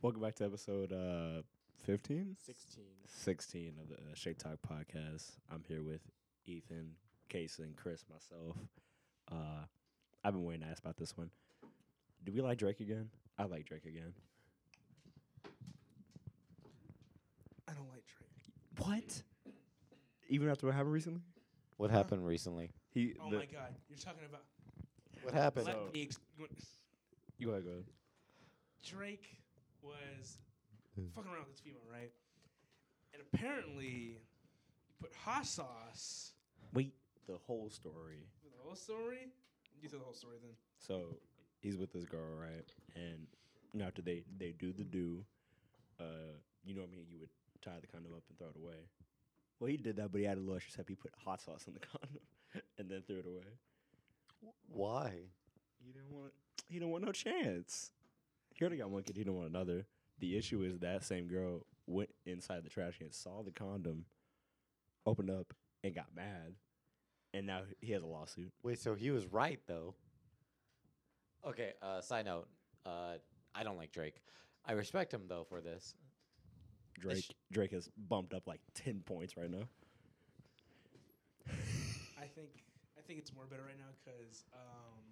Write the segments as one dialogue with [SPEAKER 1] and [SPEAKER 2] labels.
[SPEAKER 1] Welcome back to episode uh 15?
[SPEAKER 2] 16.
[SPEAKER 1] 16 of the uh, Shake Talk podcast. I'm here with Ethan, Kason, Chris, myself. Uh I've been waiting to ask about this one. Do we like Drake again? I like Drake again.
[SPEAKER 2] I don't like Drake.
[SPEAKER 1] What? Even after what happened recently?
[SPEAKER 3] What happened recently?
[SPEAKER 1] He
[SPEAKER 2] Oh
[SPEAKER 1] the-
[SPEAKER 2] my God. You're talking about.
[SPEAKER 3] What happened?
[SPEAKER 1] So-
[SPEAKER 2] Let me ex-
[SPEAKER 1] You gotta go.
[SPEAKER 2] Drake was
[SPEAKER 1] Mm.
[SPEAKER 2] fucking around with this female, right? And apparently, you put hot sauce
[SPEAKER 1] Wait, the whole story.
[SPEAKER 2] for the whole story. You tell the whole story then.
[SPEAKER 1] So he's with this girl, right? And you know, after they they do the do, uh, you know what I mean? You would tie the condom up and throw it away. Well, he did that, but he added a little extra step. He put hot sauce on the condom and then threw it away.
[SPEAKER 3] Why?
[SPEAKER 1] He didn't want. He didn't want no chance. He already got one kid. He didn't want another. The issue is that same girl went inside the trash can, saw the condom, opened up, and got mad. And now he has a lawsuit.
[SPEAKER 3] Wait, so he was right though. Okay, uh side note. Uh I don't like Drake. I respect him though for this.
[SPEAKER 1] Drake Drake has bumped up like ten points right now.
[SPEAKER 2] I think I think it's more better right now because um,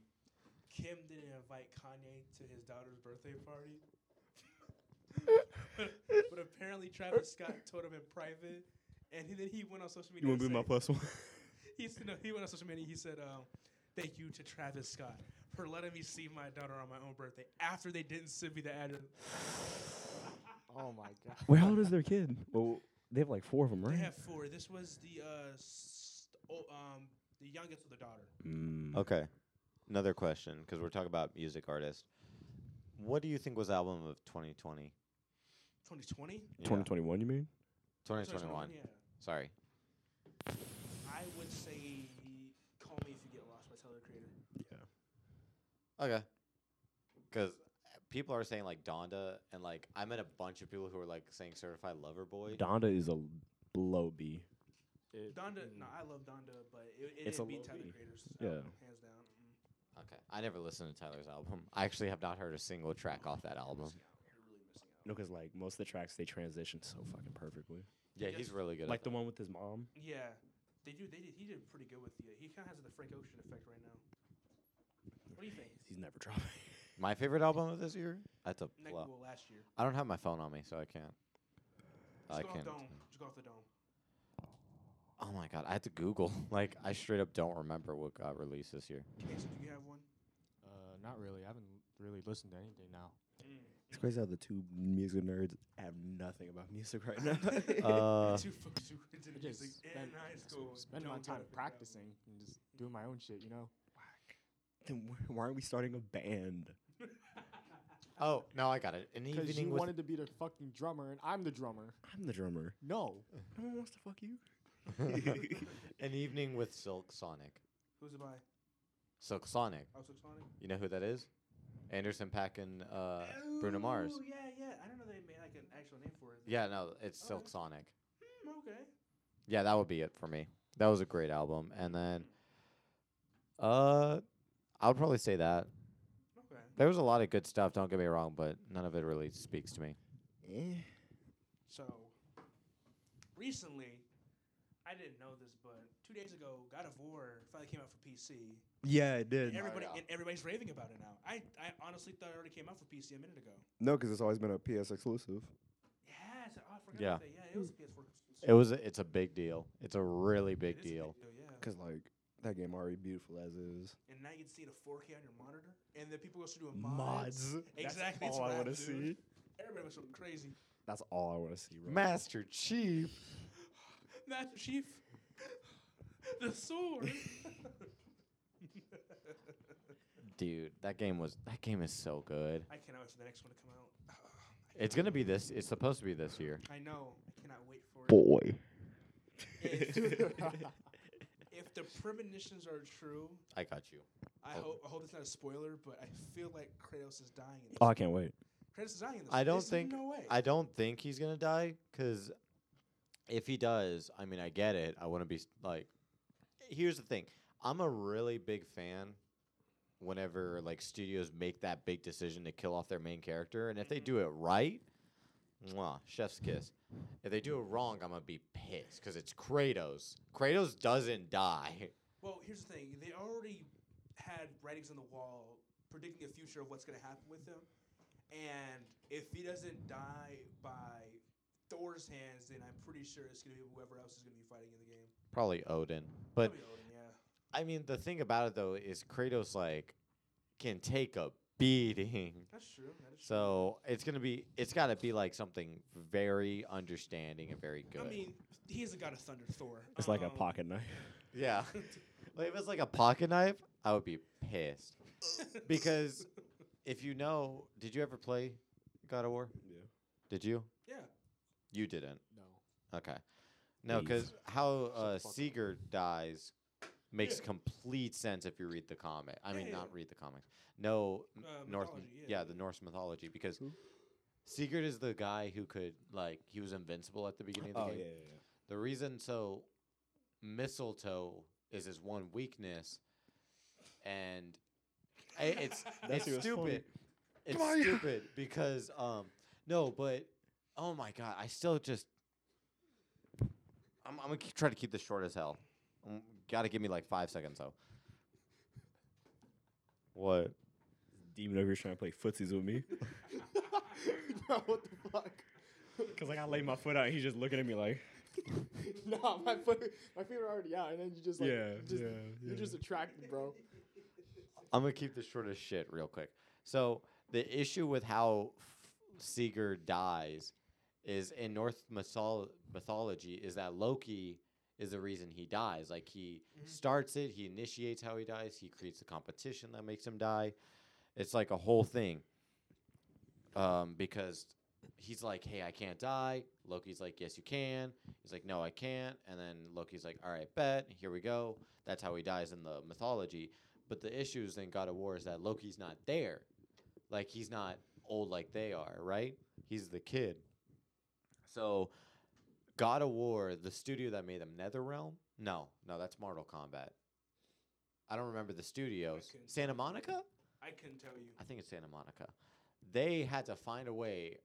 [SPEAKER 2] Kim didn't invite Kanye to his daughter's birthday party. but, but apparently Travis Scott told him in private, and he, then he went on social media.
[SPEAKER 1] You want to
[SPEAKER 2] and
[SPEAKER 1] be my
[SPEAKER 2] said-
[SPEAKER 1] plus one?
[SPEAKER 2] He said, no, he went on social media. He said, um, "Thank you to Travis Scott for letting me see my daughter on my own birthday after they didn't send me the address.
[SPEAKER 3] Oh my god.
[SPEAKER 1] Wait, how old is their kid? Well, they have like four of them,
[SPEAKER 2] They have four. This was the uh, s- oh, um, the youngest of the daughter.
[SPEAKER 1] Mm.
[SPEAKER 3] Okay. Another question cuz we're talking about music artists. What do you think was album of 2020?
[SPEAKER 2] 2020,
[SPEAKER 3] Yeah.
[SPEAKER 1] Twenty twenty one, you mean?
[SPEAKER 3] 2021.
[SPEAKER 2] Yeah,
[SPEAKER 3] Sorry.
[SPEAKER 2] I would say "Call Me If You Get Lost" by Tyler the Creator.
[SPEAKER 1] Yeah.
[SPEAKER 3] Okay. Cuz people are saying like Donda and like I met a bunch of people who are like saying certified lover boy.
[SPEAKER 1] Donda is a low B.
[SPEAKER 2] Donda, no, I love Donda, but it, it
[SPEAKER 1] It's
[SPEAKER 2] didn't
[SPEAKER 1] a
[SPEAKER 2] beat
[SPEAKER 1] low
[SPEAKER 2] Tyler the
[SPEAKER 1] B.
[SPEAKER 2] Creator's
[SPEAKER 1] Yeah.
[SPEAKER 2] album, hands down. Mm.
[SPEAKER 3] Okay. I never listened to Tyler's album. I actually have not heard a single track off that album.
[SPEAKER 2] Missing out. You're really missing out.
[SPEAKER 1] No, because like most of the tracks, they transition so fucking perfectly.
[SPEAKER 3] Yeah,
[SPEAKER 2] Yes.
[SPEAKER 3] he's really good.
[SPEAKER 1] Like
[SPEAKER 3] Like
[SPEAKER 1] the one with his mom.
[SPEAKER 2] Yeah, they do. They did. He did pretty good with the. He kind of has the Frank Ocean effect right now. What do you think?
[SPEAKER 1] He's never dropping.
[SPEAKER 3] my favorite album of this year. That's a
[SPEAKER 2] Nick,
[SPEAKER 3] blow.
[SPEAKER 2] well, last year.
[SPEAKER 3] I don't have my phone on me, so I can't.
[SPEAKER 2] Just
[SPEAKER 3] I
[SPEAKER 2] go off
[SPEAKER 3] can't.
[SPEAKER 2] dome. Just go off the dome.
[SPEAKER 3] Oh my god, I had to Google. Like I straight up don't remember what got released this year.
[SPEAKER 2] Okay, so do you have one?
[SPEAKER 4] Uh, not really. I haven't really listened to anything now.
[SPEAKER 1] It's crazy how the two music nerds have nothing about music right now.
[SPEAKER 3] Uh,
[SPEAKER 2] Two folks who went to the
[SPEAKER 4] eh, I just
[SPEAKER 2] music
[SPEAKER 4] spend,
[SPEAKER 2] in high school.
[SPEAKER 4] spend
[SPEAKER 2] don't
[SPEAKER 4] my
[SPEAKER 2] go
[SPEAKER 4] time
[SPEAKER 2] to the
[SPEAKER 4] practicing and just doing my own shit, you know?
[SPEAKER 1] then wh- why aren't we starting a band?
[SPEAKER 3] oh no, I got it. An
[SPEAKER 4] Because
[SPEAKER 3] evening
[SPEAKER 4] you
[SPEAKER 3] with
[SPEAKER 4] wanted to be the fucking drummer and I'm the drummer.
[SPEAKER 1] I'm the drummer.
[SPEAKER 4] No.
[SPEAKER 1] No one wants to fuck you.
[SPEAKER 3] an evening with Silk Sonic.
[SPEAKER 2] Who's it by?
[SPEAKER 3] Silk Sonic.
[SPEAKER 2] Also Sonic.
[SPEAKER 3] You know who that is? Anderson Pack and uh, Bruno Mars.
[SPEAKER 2] Ooh, yeah, yeah. I don't know they made like an actual name for it.
[SPEAKER 3] Yeah, no, it's Silk
[SPEAKER 2] Okay.
[SPEAKER 3] Sonic.
[SPEAKER 2] Hmm, okay.
[SPEAKER 3] Yeah, that would be it for me. That was a great album. And then, uh, I would probably say that
[SPEAKER 2] Okay.
[SPEAKER 3] there was a lot of good stuff. Don't get me wrong, but none of it really speaks to me.
[SPEAKER 1] Eh.
[SPEAKER 2] So recently, I didn't know this, but two days ago, God of War finally came out for PC.
[SPEAKER 1] Yeah, it
[SPEAKER 2] And
[SPEAKER 1] did.
[SPEAKER 2] everybody
[SPEAKER 3] yeah.
[SPEAKER 2] and everybody's raving about it now. I, I honestly thought it already came out for PC a minute ago.
[SPEAKER 1] No, because it's always been a PS exclusive.
[SPEAKER 2] Yeah, so, oh, I forgot
[SPEAKER 3] Yeah.
[SPEAKER 2] about that. Yeah, it was a PS4.
[SPEAKER 3] It was. A, it's a big deal. It's a really
[SPEAKER 2] It
[SPEAKER 3] big
[SPEAKER 2] is a
[SPEAKER 3] deal.
[SPEAKER 2] yeah.
[SPEAKER 1] Because like that game already beautiful as is.
[SPEAKER 2] and now you can see the 4K on your monitor, and then people go to do mods.
[SPEAKER 1] Mods. That's
[SPEAKER 2] Exactly, it's
[SPEAKER 1] all I
[SPEAKER 2] rap,
[SPEAKER 1] wanna
[SPEAKER 2] dude.
[SPEAKER 1] see.
[SPEAKER 2] Everybody was going crazy.
[SPEAKER 1] That's all I want to see. Bro.
[SPEAKER 3] Master Chief.
[SPEAKER 2] Master Chief, the sword.
[SPEAKER 3] Dude, that game was. That game is so good.
[SPEAKER 2] I cannot wait for the next one to come out.
[SPEAKER 3] It's gonna be this. It's supposed to be this year.
[SPEAKER 2] I know. I cannot wait for it.
[SPEAKER 1] Boy.
[SPEAKER 2] If, if the premonitions are true,
[SPEAKER 3] I got you.
[SPEAKER 2] I hope I hope it's not a spoiler, but I feel like Kratos is dying. In this.
[SPEAKER 1] Oh, I can't wait.
[SPEAKER 2] Kratos is dying. In this.
[SPEAKER 3] I don't
[SPEAKER 2] There's
[SPEAKER 3] think.
[SPEAKER 2] No way.
[SPEAKER 3] I don't think he's gonna die. Cause if he does, I mean, I get it. I want to be s- like. Here's the thing. I'm a really big fan whenever like studios make that big decision to kill off their main character, and if they
[SPEAKER 2] Mhm.
[SPEAKER 3] do it right, mwah, chef's kiss. If they do it wrong, I'm gonna be pissed because it's Kratos. Kratos doesn't die.
[SPEAKER 2] Well, here's the thing. They already had writings on the wall predicting the future of what's going to happen with him. And if he doesn't die by Thor's hands, then I'm pretty sure it's going to be whoever else is going to be fighting in the game.
[SPEAKER 3] Probably Odin, but
[SPEAKER 2] Probably Odin, yeah.
[SPEAKER 3] I mean the thing about it though is Kratos like can take a beating.
[SPEAKER 2] That's true. That is
[SPEAKER 3] So it's gonna be, it's gotta be like something very understanding and very
[SPEAKER 2] true.
[SPEAKER 3] good.
[SPEAKER 2] I mean, he is a god of thunder, Thor.
[SPEAKER 1] It's like a
[SPEAKER 2] Um,
[SPEAKER 1] pocket knife.
[SPEAKER 3] yeah. Like if it's like a pocket knife, I would be pissed. Because if you know, did you ever play God of War?
[SPEAKER 1] Yeah.
[SPEAKER 3] Did you?
[SPEAKER 2] yeah.
[SPEAKER 3] You didn't.
[SPEAKER 4] No.
[SPEAKER 3] Okay. No,
[SPEAKER 1] Leave.
[SPEAKER 3] because how
[SPEAKER 4] Shut the
[SPEAKER 3] uh,
[SPEAKER 4] fuck up.
[SPEAKER 3] Seeger dies makes
[SPEAKER 2] Yeah.
[SPEAKER 3] complete sense if you read the comic. I
[SPEAKER 2] Yeah,
[SPEAKER 3] mean,
[SPEAKER 2] yeah,
[SPEAKER 3] not
[SPEAKER 2] yeah.
[SPEAKER 3] read the comics. No, n-
[SPEAKER 2] Uh,
[SPEAKER 3] North.
[SPEAKER 2] mythology, yeah,
[SPEAKER 3] yeah,
[SPEAKER 2] yeah,
[SPEAKER 3] the
[SPEAKER 2] yeah.
[SPEAKER 3] Norse mythology. Because
[SPEAKER 1] Who?
[SPEAKER 3] Sigurd is the guy who could like he was invincible at the beginning of the
[SPEAKER 1] Oh yeah,
[SPEAKER 3] game.
[SPEAKER 1] yeah,
[SPEAKER 3] The reason so mistletoe is his one weakness, and I- it's
[SPEAKER 1] That's what's
[SPEAKER 3] it's
[SPEAKER 1] funny.
[SPEAKER 3] stupid. It's
[SPEAKER 1] Come on, yeah.
[SPEAKER 3] stupid because um no, but oh my god, I still just I'm I'm gonna keep, try to keep this short as hell. Um, gotta give me like five seconds though. What?
[SPEAKER 1] Demon over here trying to play footsies with me
[SPEAKER 4] no, what the fuck?
[SPEAKER 1] because like I lay my foot out, and he's just looking at me like,
[SPEAKER 4] no, my foot, my feet are already out, and then you just like,
[SPEAKER 1] yeah,
[SPEAKER 4] just,
[SPEAKER 1] yeah, yeah.
[SPEAKER 4] you're just attracted, bro.
[SPEAKER 3] I'm gonna keep this short as shit, real quick. So the issue with how F- Sigurd dies is in Norse mythol- mythology is that Loki is the reason he dies. Like he
[SPEAKER 2] Mhm.
[SPEAKER 3] starts it, he initiates how he dies, he creates a competition that makes him die. It's like a whole thing. Um, because he's like, "Hey, I can't die." Loki's like, "Yes, you can." He's like, "No, I can't." And then Loki's like, "All right, bet. Here we go." That's how he dies in the mythology. But the issues in God of War is that Loki's not there. Like he's not old like they are, right? He's the kid. So God of War, the studio that made them NetherRealm? No, no, that's Mortal Kombat. I don't remember the studios.
[SPEAKER 2] couldn't
[SPEAKER 3] Santa Monica?
[SPEAKER 2] I couldn't tell you.
[SPEAKER 3] I think it's Santa Monica. They had to find a way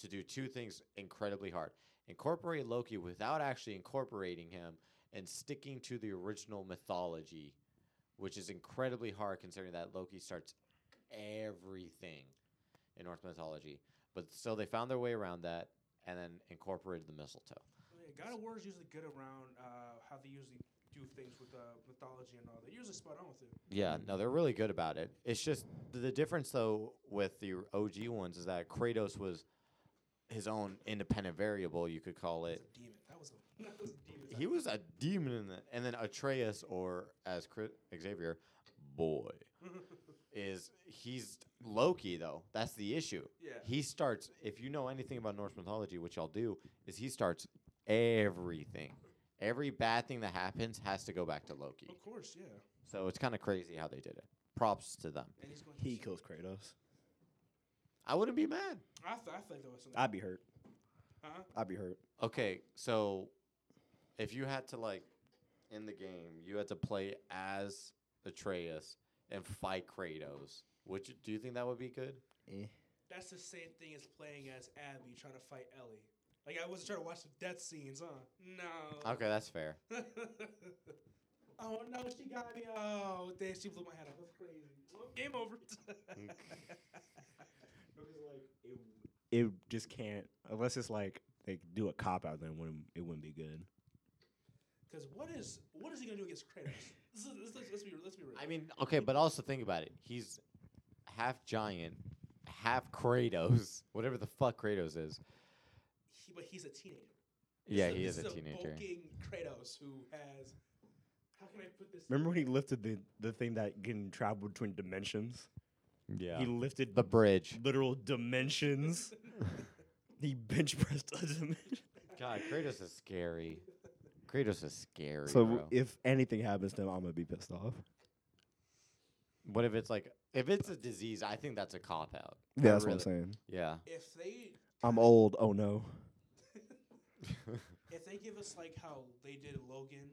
[SPEAKER 3] to do two things incredibly hard incorporate Loki without actually incorporating him and sticking to the original mythology, which is incredibly hard considering that Loki starts everything in Norse mythology. But so they found their way around that and then incorporated the mistletoe.
[SPEAKER 2] Oh, yeah, God of War is usually good around uh, how they usually do things with uh, mythology and all. They're usually spot on with it.
[SPEAKER 3] Yeah, no, they're really good about it. It's just th- the difference though with the OG ones is that Kratos was his own independent variable, you could call it.
[SPEAKER 2] That's a demon. That was a, that was a demon.
[SPEAKER 3] He was a demon in that. And then Atreus, or as Chri- Xavier, boy, is he's Loki though. That's the issue.
[SPEAKER 2] yeah.
[SPEAKER 3] He starts. If you know anything about Norse mythology, which I'll do, is he starts everything. Every bad thing that happens has to go back to Loki.
[SPEAKER 2] Of course, yeah.
[SPEAKER 3] So it's kind of crazy how they did it. Props to them.
[SPEAKER 2] And he's going to
[SPEAKER 1] He
[SPEAKER 2] s-
[SPEAKER 1] kills Kratos.
[SPEAKER 3] I wouldn't be mad.
[SPEAKER 2] I, th- I think that was something.
[SPEAKER 1] I'd be hurt.
[SPEAKER 2] Uh-huh.
[SPEAKER 1] I'd be hurt.
[SPEAKER 3] Okay, so if you had to like in the game, you had to play as Atreus and fight Kratos. Would you do you think that would be good?
[SPEAKER 1] Eh.
[SPEAKER 2] That's the same thing as playing as Abby trying to fight Ellie. Like I wasn't trying to watch the death scenes, huh? No.
[SPEAKER 3] Okay, that's fair.
[SPEAKER 2] oh no, she got me. Oh damn, she blew my head off. That's crazy. Well, game over.
[SPEAKER 1] It just can't unless it's like they do a cop out. Then it wouldn't it wouldn't be good.
[SPEAKER 2] Because what is what is he gonna do against Kratos? This is, this, let's, let's be let's be real.
[SPEAKER 3] I mean, okay, but also think about it. He's half giant, half Kratos, whatever the fuck Kratos is.
[SPEAKER 2] he, but he's a teenager.
[SPEAKER 3] Yeah,
[SPEAKER 2] This
[SPEAKER 3] he
[SPEAKER 2] this
[SPEAKER 3] is a teenager.
[SPEAKER 2] Bulking Kratos who has. How can I put this?
[SPEAKER 1] Remember when he lifted the the thing that can travel between dimensions?
[SPEAKER 3] Yeah.
[SPEAKER 1] He lifted
[SPEAKER 3] The bridge.
[SPEAKER 1] literal dimensions. he bench pressed a dimension.
[SPEAKER 3] God, Kratos is scary. Kratos is scary.
[SPEAKER 1] So
[SPEAKER 3] bro.
[SPEAKER 1] if anything happens to him, I'm gonna be pissed off.
[SPEAKER 3] What if it's like if it's a disease? I think that's a cop out.
[SPEAKER 1] Yeah, that's what I'm saying.
[SPEAKER 3] Yeah.
[SPEAKER 2] If they
[SPEAKER 1] I'm old. Oh no.
[SPEAKER 2] if they give us like how they did Logan,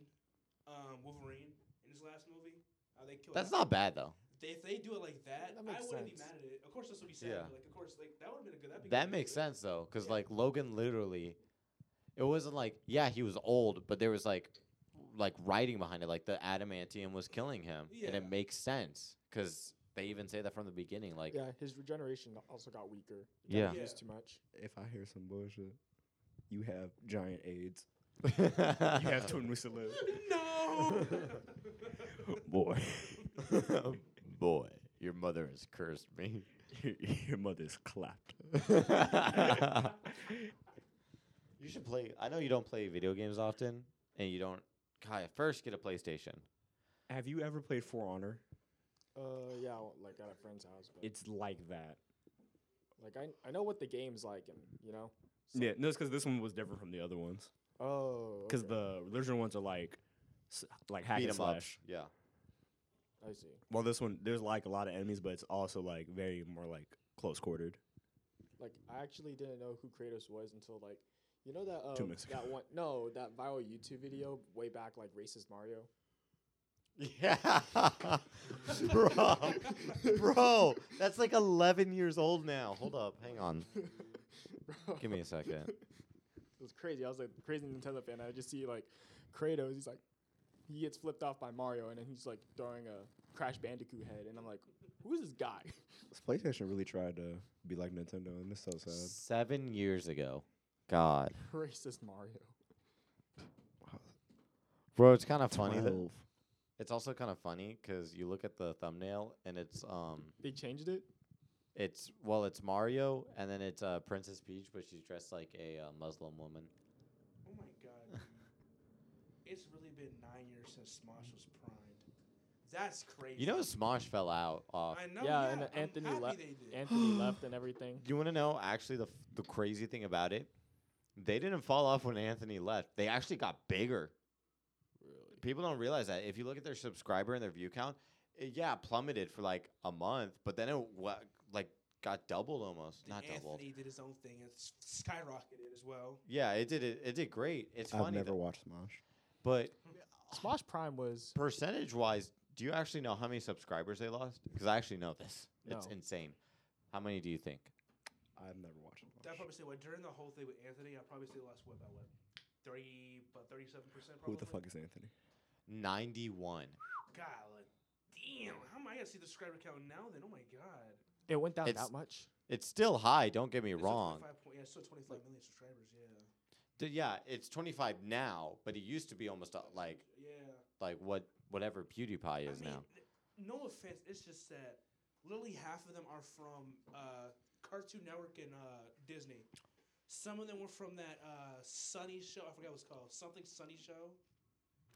[SPEAKER 2] um, Wolverine in his last movie, how they killed
[SPEAKER 3] that's
[SPEAKER 2] off-
[SPEAKER 3] not bad though.
[SPEAKER 2] they, if they do it like that,
[SPEAKER 4] That
[SPEAKER 2] I
[SPEAKER 4] makes
[SPEAKER 2] wouldn't be
[SPEAKER 4] sense.
[SPEAKER 2] mad at it. Of course, this would be sad.
[SPEAKER 3] Yeah.
[SPEAKER 2] But like, of course, like that would have been a good. that'd be
[SPEAKER 3] That
[SPEAKER 2] good
[SPEAKER 3] makes
[SPEAKER 2] video.
[SPEAKER 3] sense though, because
[SPEAKER 2] Yeah.
[SPEAKER 3] like Logan literally, it wasn't like yeah he was old, but there was like, like writing behind it, like the adamantium was killing him, and
[SPEAKER 2] Yeah.
[SPEAKER 3] it makes sense because they even say that from the beginning, like
[SPEAKER 4] yeah, his regeneration also got weaker. He
[SPEAKER 3] Yeah.
[SPEAKER 4] got used
[SPEAKER 2] Yeah.
[SPEAKER 4] too much.
[SPEAKER 1] If I hear some bullshit, you have giant AIDS. You have
[SPEAKER 3] yeah.
[SPEAKER 1] twin weeks to live.
[SPEAKER 2] No.
[SPEAKER 1] Boy,
[SPEAKER 3] boy, your mother has cursed me.
[SPEAKER 1] your, your mother's clapped.
[SPEAKER 3] You should play. I know you don't play video games often, and you don't. Kai, first get a PlayStation.
[SPEAKER 1] Have you ever played For Honor?
[SPEAKER 4] Uh, yeah, well, like at a friend's house. But
[SPEAKER 1] It's like that.
[SPEAKER 4] like I, I know what the game's like, and you know.
[SPEAKER 1] Yeah, no, it's because this one was different from the other ones.
[SPEAKER 4] Oh,
[SPEAKER 1] Because
[SPEAKER 4] okay,
[SPEAKER 1] the original ones are like, s- like hack
[SPEAKER 3] Beat
[SPEAKER 1] and
[SPEAKER 3] 'em up.
[SPEAKER 1] slash.
[SPEAKER 3] Yeah.
[SPEAKER 4] I see.
[SPEAKER 1] Well, this one there's like a lot of enemies, but it's also like very more like close quartered.
[SPEAKER 4] Like I actually didn't know who Kratos was until like, you know that um,
[SPEAKER 1] Two minutes
[SPEAKER 4] that
[SPEAKER 1] ago.
[SPEAKER 4] one no that viral YouTube video way back like racist Mario.
[SPEAKER 3] Yeah. bro. bro, that's like 11 years old now. Hold up. Hang on.
[SPEAKER 4] Bro,
[SPEAKER 3] Give me a second.
[SPEAKER 4] It was crazy. I was like crazy Nintendo fan. I just see like Kratos. He's like, he gets flipped off by Mario, and then he's like throwing a Crash Bandicoot head, and I'm like, who's this guy?
[SPEAKER 1] PlayStation really tried to be like Nintendo, and it's so sad.
[SPEAKER 3] Seven years ago. God.
[SPEAKER 4] Racist Mario.
[SPEAKER 3] Bro, it's kind of funny. That it's also kind of funny because you look at the thumbnail and it's, um,
[SPEAKER 4] They changed it.
[SPEAKER 3] it's, well, it's Mario and then it's uh, Princess Peach, but she's dressed like a uh, Muslim woman.
[SPEAKER 2] Oh my god. It's really been nine years since Smosh was primed. That's crazy.
[SPEAKER 3] You know, Smosh fell out off.
[SPEAKER 2] I know.
[SPEAKER 4] Yeah, and
[SPEAKER 2] I'm
[SPEAKER 4] Anthony
[SPEAKER 2] happy
[SPEAKER 4] left-
[SPEAKER 2] they did.
[SPEAKER 4] Anthony left and everything.
[SPEAKER 3] You want to know actually the f- the crazy thing about it? They didn't fall off when Anthony left. They actually got bigger.
[SPEAKER 4] Really?
[SPEAKER 3] People don't realize that. If you look at their subscriber and their view count, it, yeah, plummeted for like a month, but then it wa- like got doubled almost.
[SPEAKER 2] Then
[SPEAKER 3] Not
[SPEAKER 2] Anthony
[SPEAKER 3] doubled.
[SPEAKER 2] did his own thing and s- skyrocketed as well.
[SPEAKER 3] Yeah, it did it. It did great. It's
[SPEAKER 1] I've
[SPEAKER 3] funny,
[SPEAKER 1] never
[SPEAKER 3] tho-
[SPEAKER 1] watched Smash.
[SPEAKER 3] but
[SPEAKER 4] Smosh Prime was
[SPEAKER 3] percentage wise, do you actually know how many subscribers they lost? Because I actually know this. It's
[SPEAKER 4] No.
[SPEAKER 3] insane. How many do you think?
[SPEAKER 1] I've never watched
[SPEAKER 2] I'd
[SPEAKER 1] Smash.
[SPEAKER 2] probably say what during the whole thing with Anthony, I'd probably say the last what about what? Thirty about thirty seven percent
[SPEAKER 1] Who
[SPEAKER 2] probably.
[SPEAKER 1] the fuck is Anthony?
[SPEAKER 3] Ninety-one.
[SPEAKER 2] God like, damn, how am I gonna see the subscriber count now then? Oh my god.
[SPEAKER 4] it went down
[SPEAKER 3] It's-
[SPEAKER 4] that much.
[SPEAKER 3] It's still high. Don't get me
[SPEAKER 2] It's still
[SPEAKER 3] wrong.
[SPEAKER 2] 25 point- yeah, it's still twenty five million subscribers, yeah.
[SPEAKER 3] D- yeah, it's 25 now, but it used to be almost uh, like
[SPEAKER 2] Yeah.
[SPEAKER 3] like what whatever PewDiePie is
[SPEAKER 2] I mean,
[SPEAKER 3] now.
[SPEAKER 2] th- No offense, it's just that literally half of them are from uh, Cartoon Network and uh, Disney. Some of them were from that uh, Sunny show. I forgot what it's called. Something Sunny show.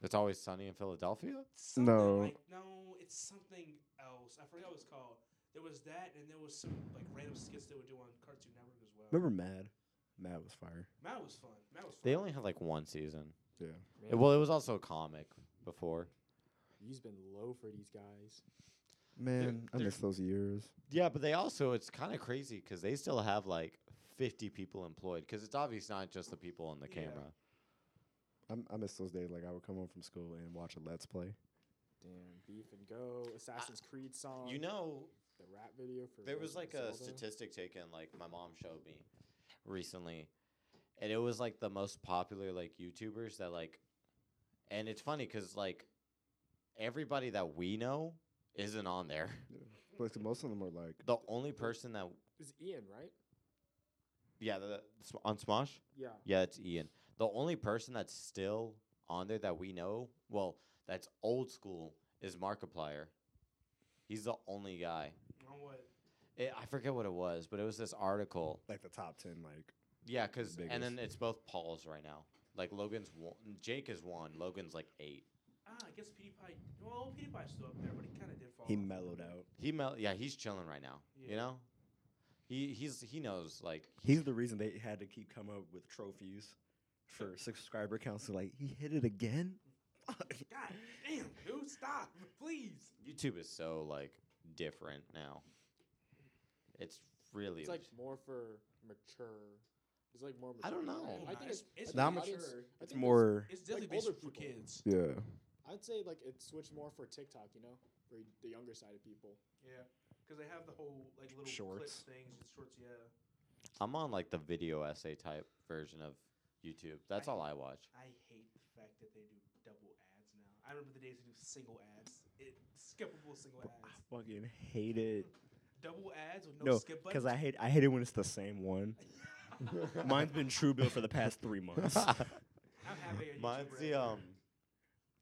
[SPEAKER 3] It's always sunny in Philadelphia.
[SPEAKER 2] Something
[SPEAKER 1] No.
[SPEAKER 2] Like, no, it's something else. I forgot what it's called. There was that, and there was some like random skits they would do on Cartoon Network as well.
[SPEAKER 1] Remember Mad? Mad was fire.
[SPEAKER 2] Matt was fun. Matt was fun.
[SPEAKER 3] They only had like one season.
[SPEAKER 1] Yeah.
[SPEAKER 3] Uh, Well, it was also a comic before.
[SPEAKER 4] He's been low for these guys.
[SPEAKER 1] Man, I
[SPEAKER 3] they're-
[SPEAKER 1] miss those years.
[SPEAKER 3] Yeah, but they also it's kind of crazy because they still have like 50 people employed because it's obvious not just the people on the
[SPEAKER 2] Yeah.
[SPEAKER 3] camera.
[SPEAKER 1] I'm, I miss those days. Like I would come home from school and watch a Let's Play.
[SPEAKER 4] Damn, Beef and Go, Assassin's Creed song.
[SPEAKER 3] You know,
[SPEAKER 4] the rap video for
[SPEAKER 3] There
[SPEAKER 4] Legend
[SPEAKER 3] was
[SPEAKER 4] of
[SPEAKER 3] like a
[SPEAKER 4] Zelda.
[SPEAKER 3] statistic taken, like my mom showed me recently, and it was like the most popular like YouTubers that like, and it's funny because like everybody that we know isn't on there.
[SPEAKER 1] But most of them are like,
[SPEAKER 3] The only person that
[SPEAKER 4] It's Ian, right?
[SPEAKER 3] yeah the, the Sm- on Smosh
[SPEAKER 4] Yeah.
[SPEAKER 3] yeah it's Ian. The only person that's still on there that we know, well that's old school, is Markiplier. He's the only guy.
[SPEAKER 2] On what?
[SPEAKER 3] It, I forget what it was, but it was this article
[SPEAKER 1] like the top ten. Like
[SPEAKER 3] Yeah, because and then
[SPEAKER 1] biggest.
[SPEAKER 3] it's both Pauls right now. Like Logan's one, Jake is one, Logan's like eight.
[SPEAKER 2] Ah, I guess PewDiePie. Well, PewDiePie's still up there, but he kind of did fall.
[SPEAKER 1] he
[SPEAKER 2] off.
[SPEAKER 1] mellowed out.
[SPEAKER 3] He mel- yeah, he's chilling right now.
[SPEAKER 2] Yeah.
[SPEAKER 3] You know, he he's he knows like
[SPEAKER 1] He's the reason they had to keep coming up with trophies for subscriber counts. So, Like he hit it again.
[SPEAKER 2] God damn, dude, stop, please.
[SPEAKER 3] YouTube is so like different now. It's really
[SPEAKER 4] It's like more for mature. It's like more. Mature.
[SPEAKER 3] I don't
[SPEAKER 2] Oh
[SPEAKER 3] know.
[SPEAKER 4] I
[SPEAKER 2] my,
[SPEAKER 4] think it's.
[SPEAKER 2] it's
[SPEAKER 1] Now
[SPEAKER 2] really
[SPEAKER 1] much-
[SPEAKER 2] mature.
[SPEAKER 4] I think
[SPEAKER 1] It's more.
[SPEAKER 2] It's definitely
[SPEAKER 4] like
[SPEAKER 2] based
[SPEAKER 4] older
[SPEAKER 2] for
[SPEAKER 4] people.
[SPEAKER 2] kids.
[SPEAKER 1] Yeah.
[SPEAKER 4] I'd say like it switched more for TikTok. You know, or the younger side of people.
[SPEAKER 2] Yeah, because they have the whole like little
[SPEAKER 1] Shorts.
[SPEAKER 2] clip things and shorts. Yeah,
[SPEAKER 3] I'm on like the video essay type version of YouTube. That's
[SPEAKER 2] I-
[SPEAKER 3] all I watch.
[SPEAKER 2] I hate the fact that they do double ads now. I remember the days they do single ads. It skippable single
[SPEAKER 1] I
[SPEAKER 2] ads.
[SPEAKER 1] fucking hate it.
[SPEAKER 2] Double ads with no,
[SPEAKER 1] No,
[SPEAKER 2] skip button.
[SPEAKER 1] because I hate I hate it when it's the same one. Mine's been True Bill for the past three months.
[SPEAKER 2] I'm happy. at
[SPEAKER 3] Mine's
[SPEAKER 2] YouTube
[SPEAKER 3] the
[SPEAKER 2] right
[SPEAKER 3] um,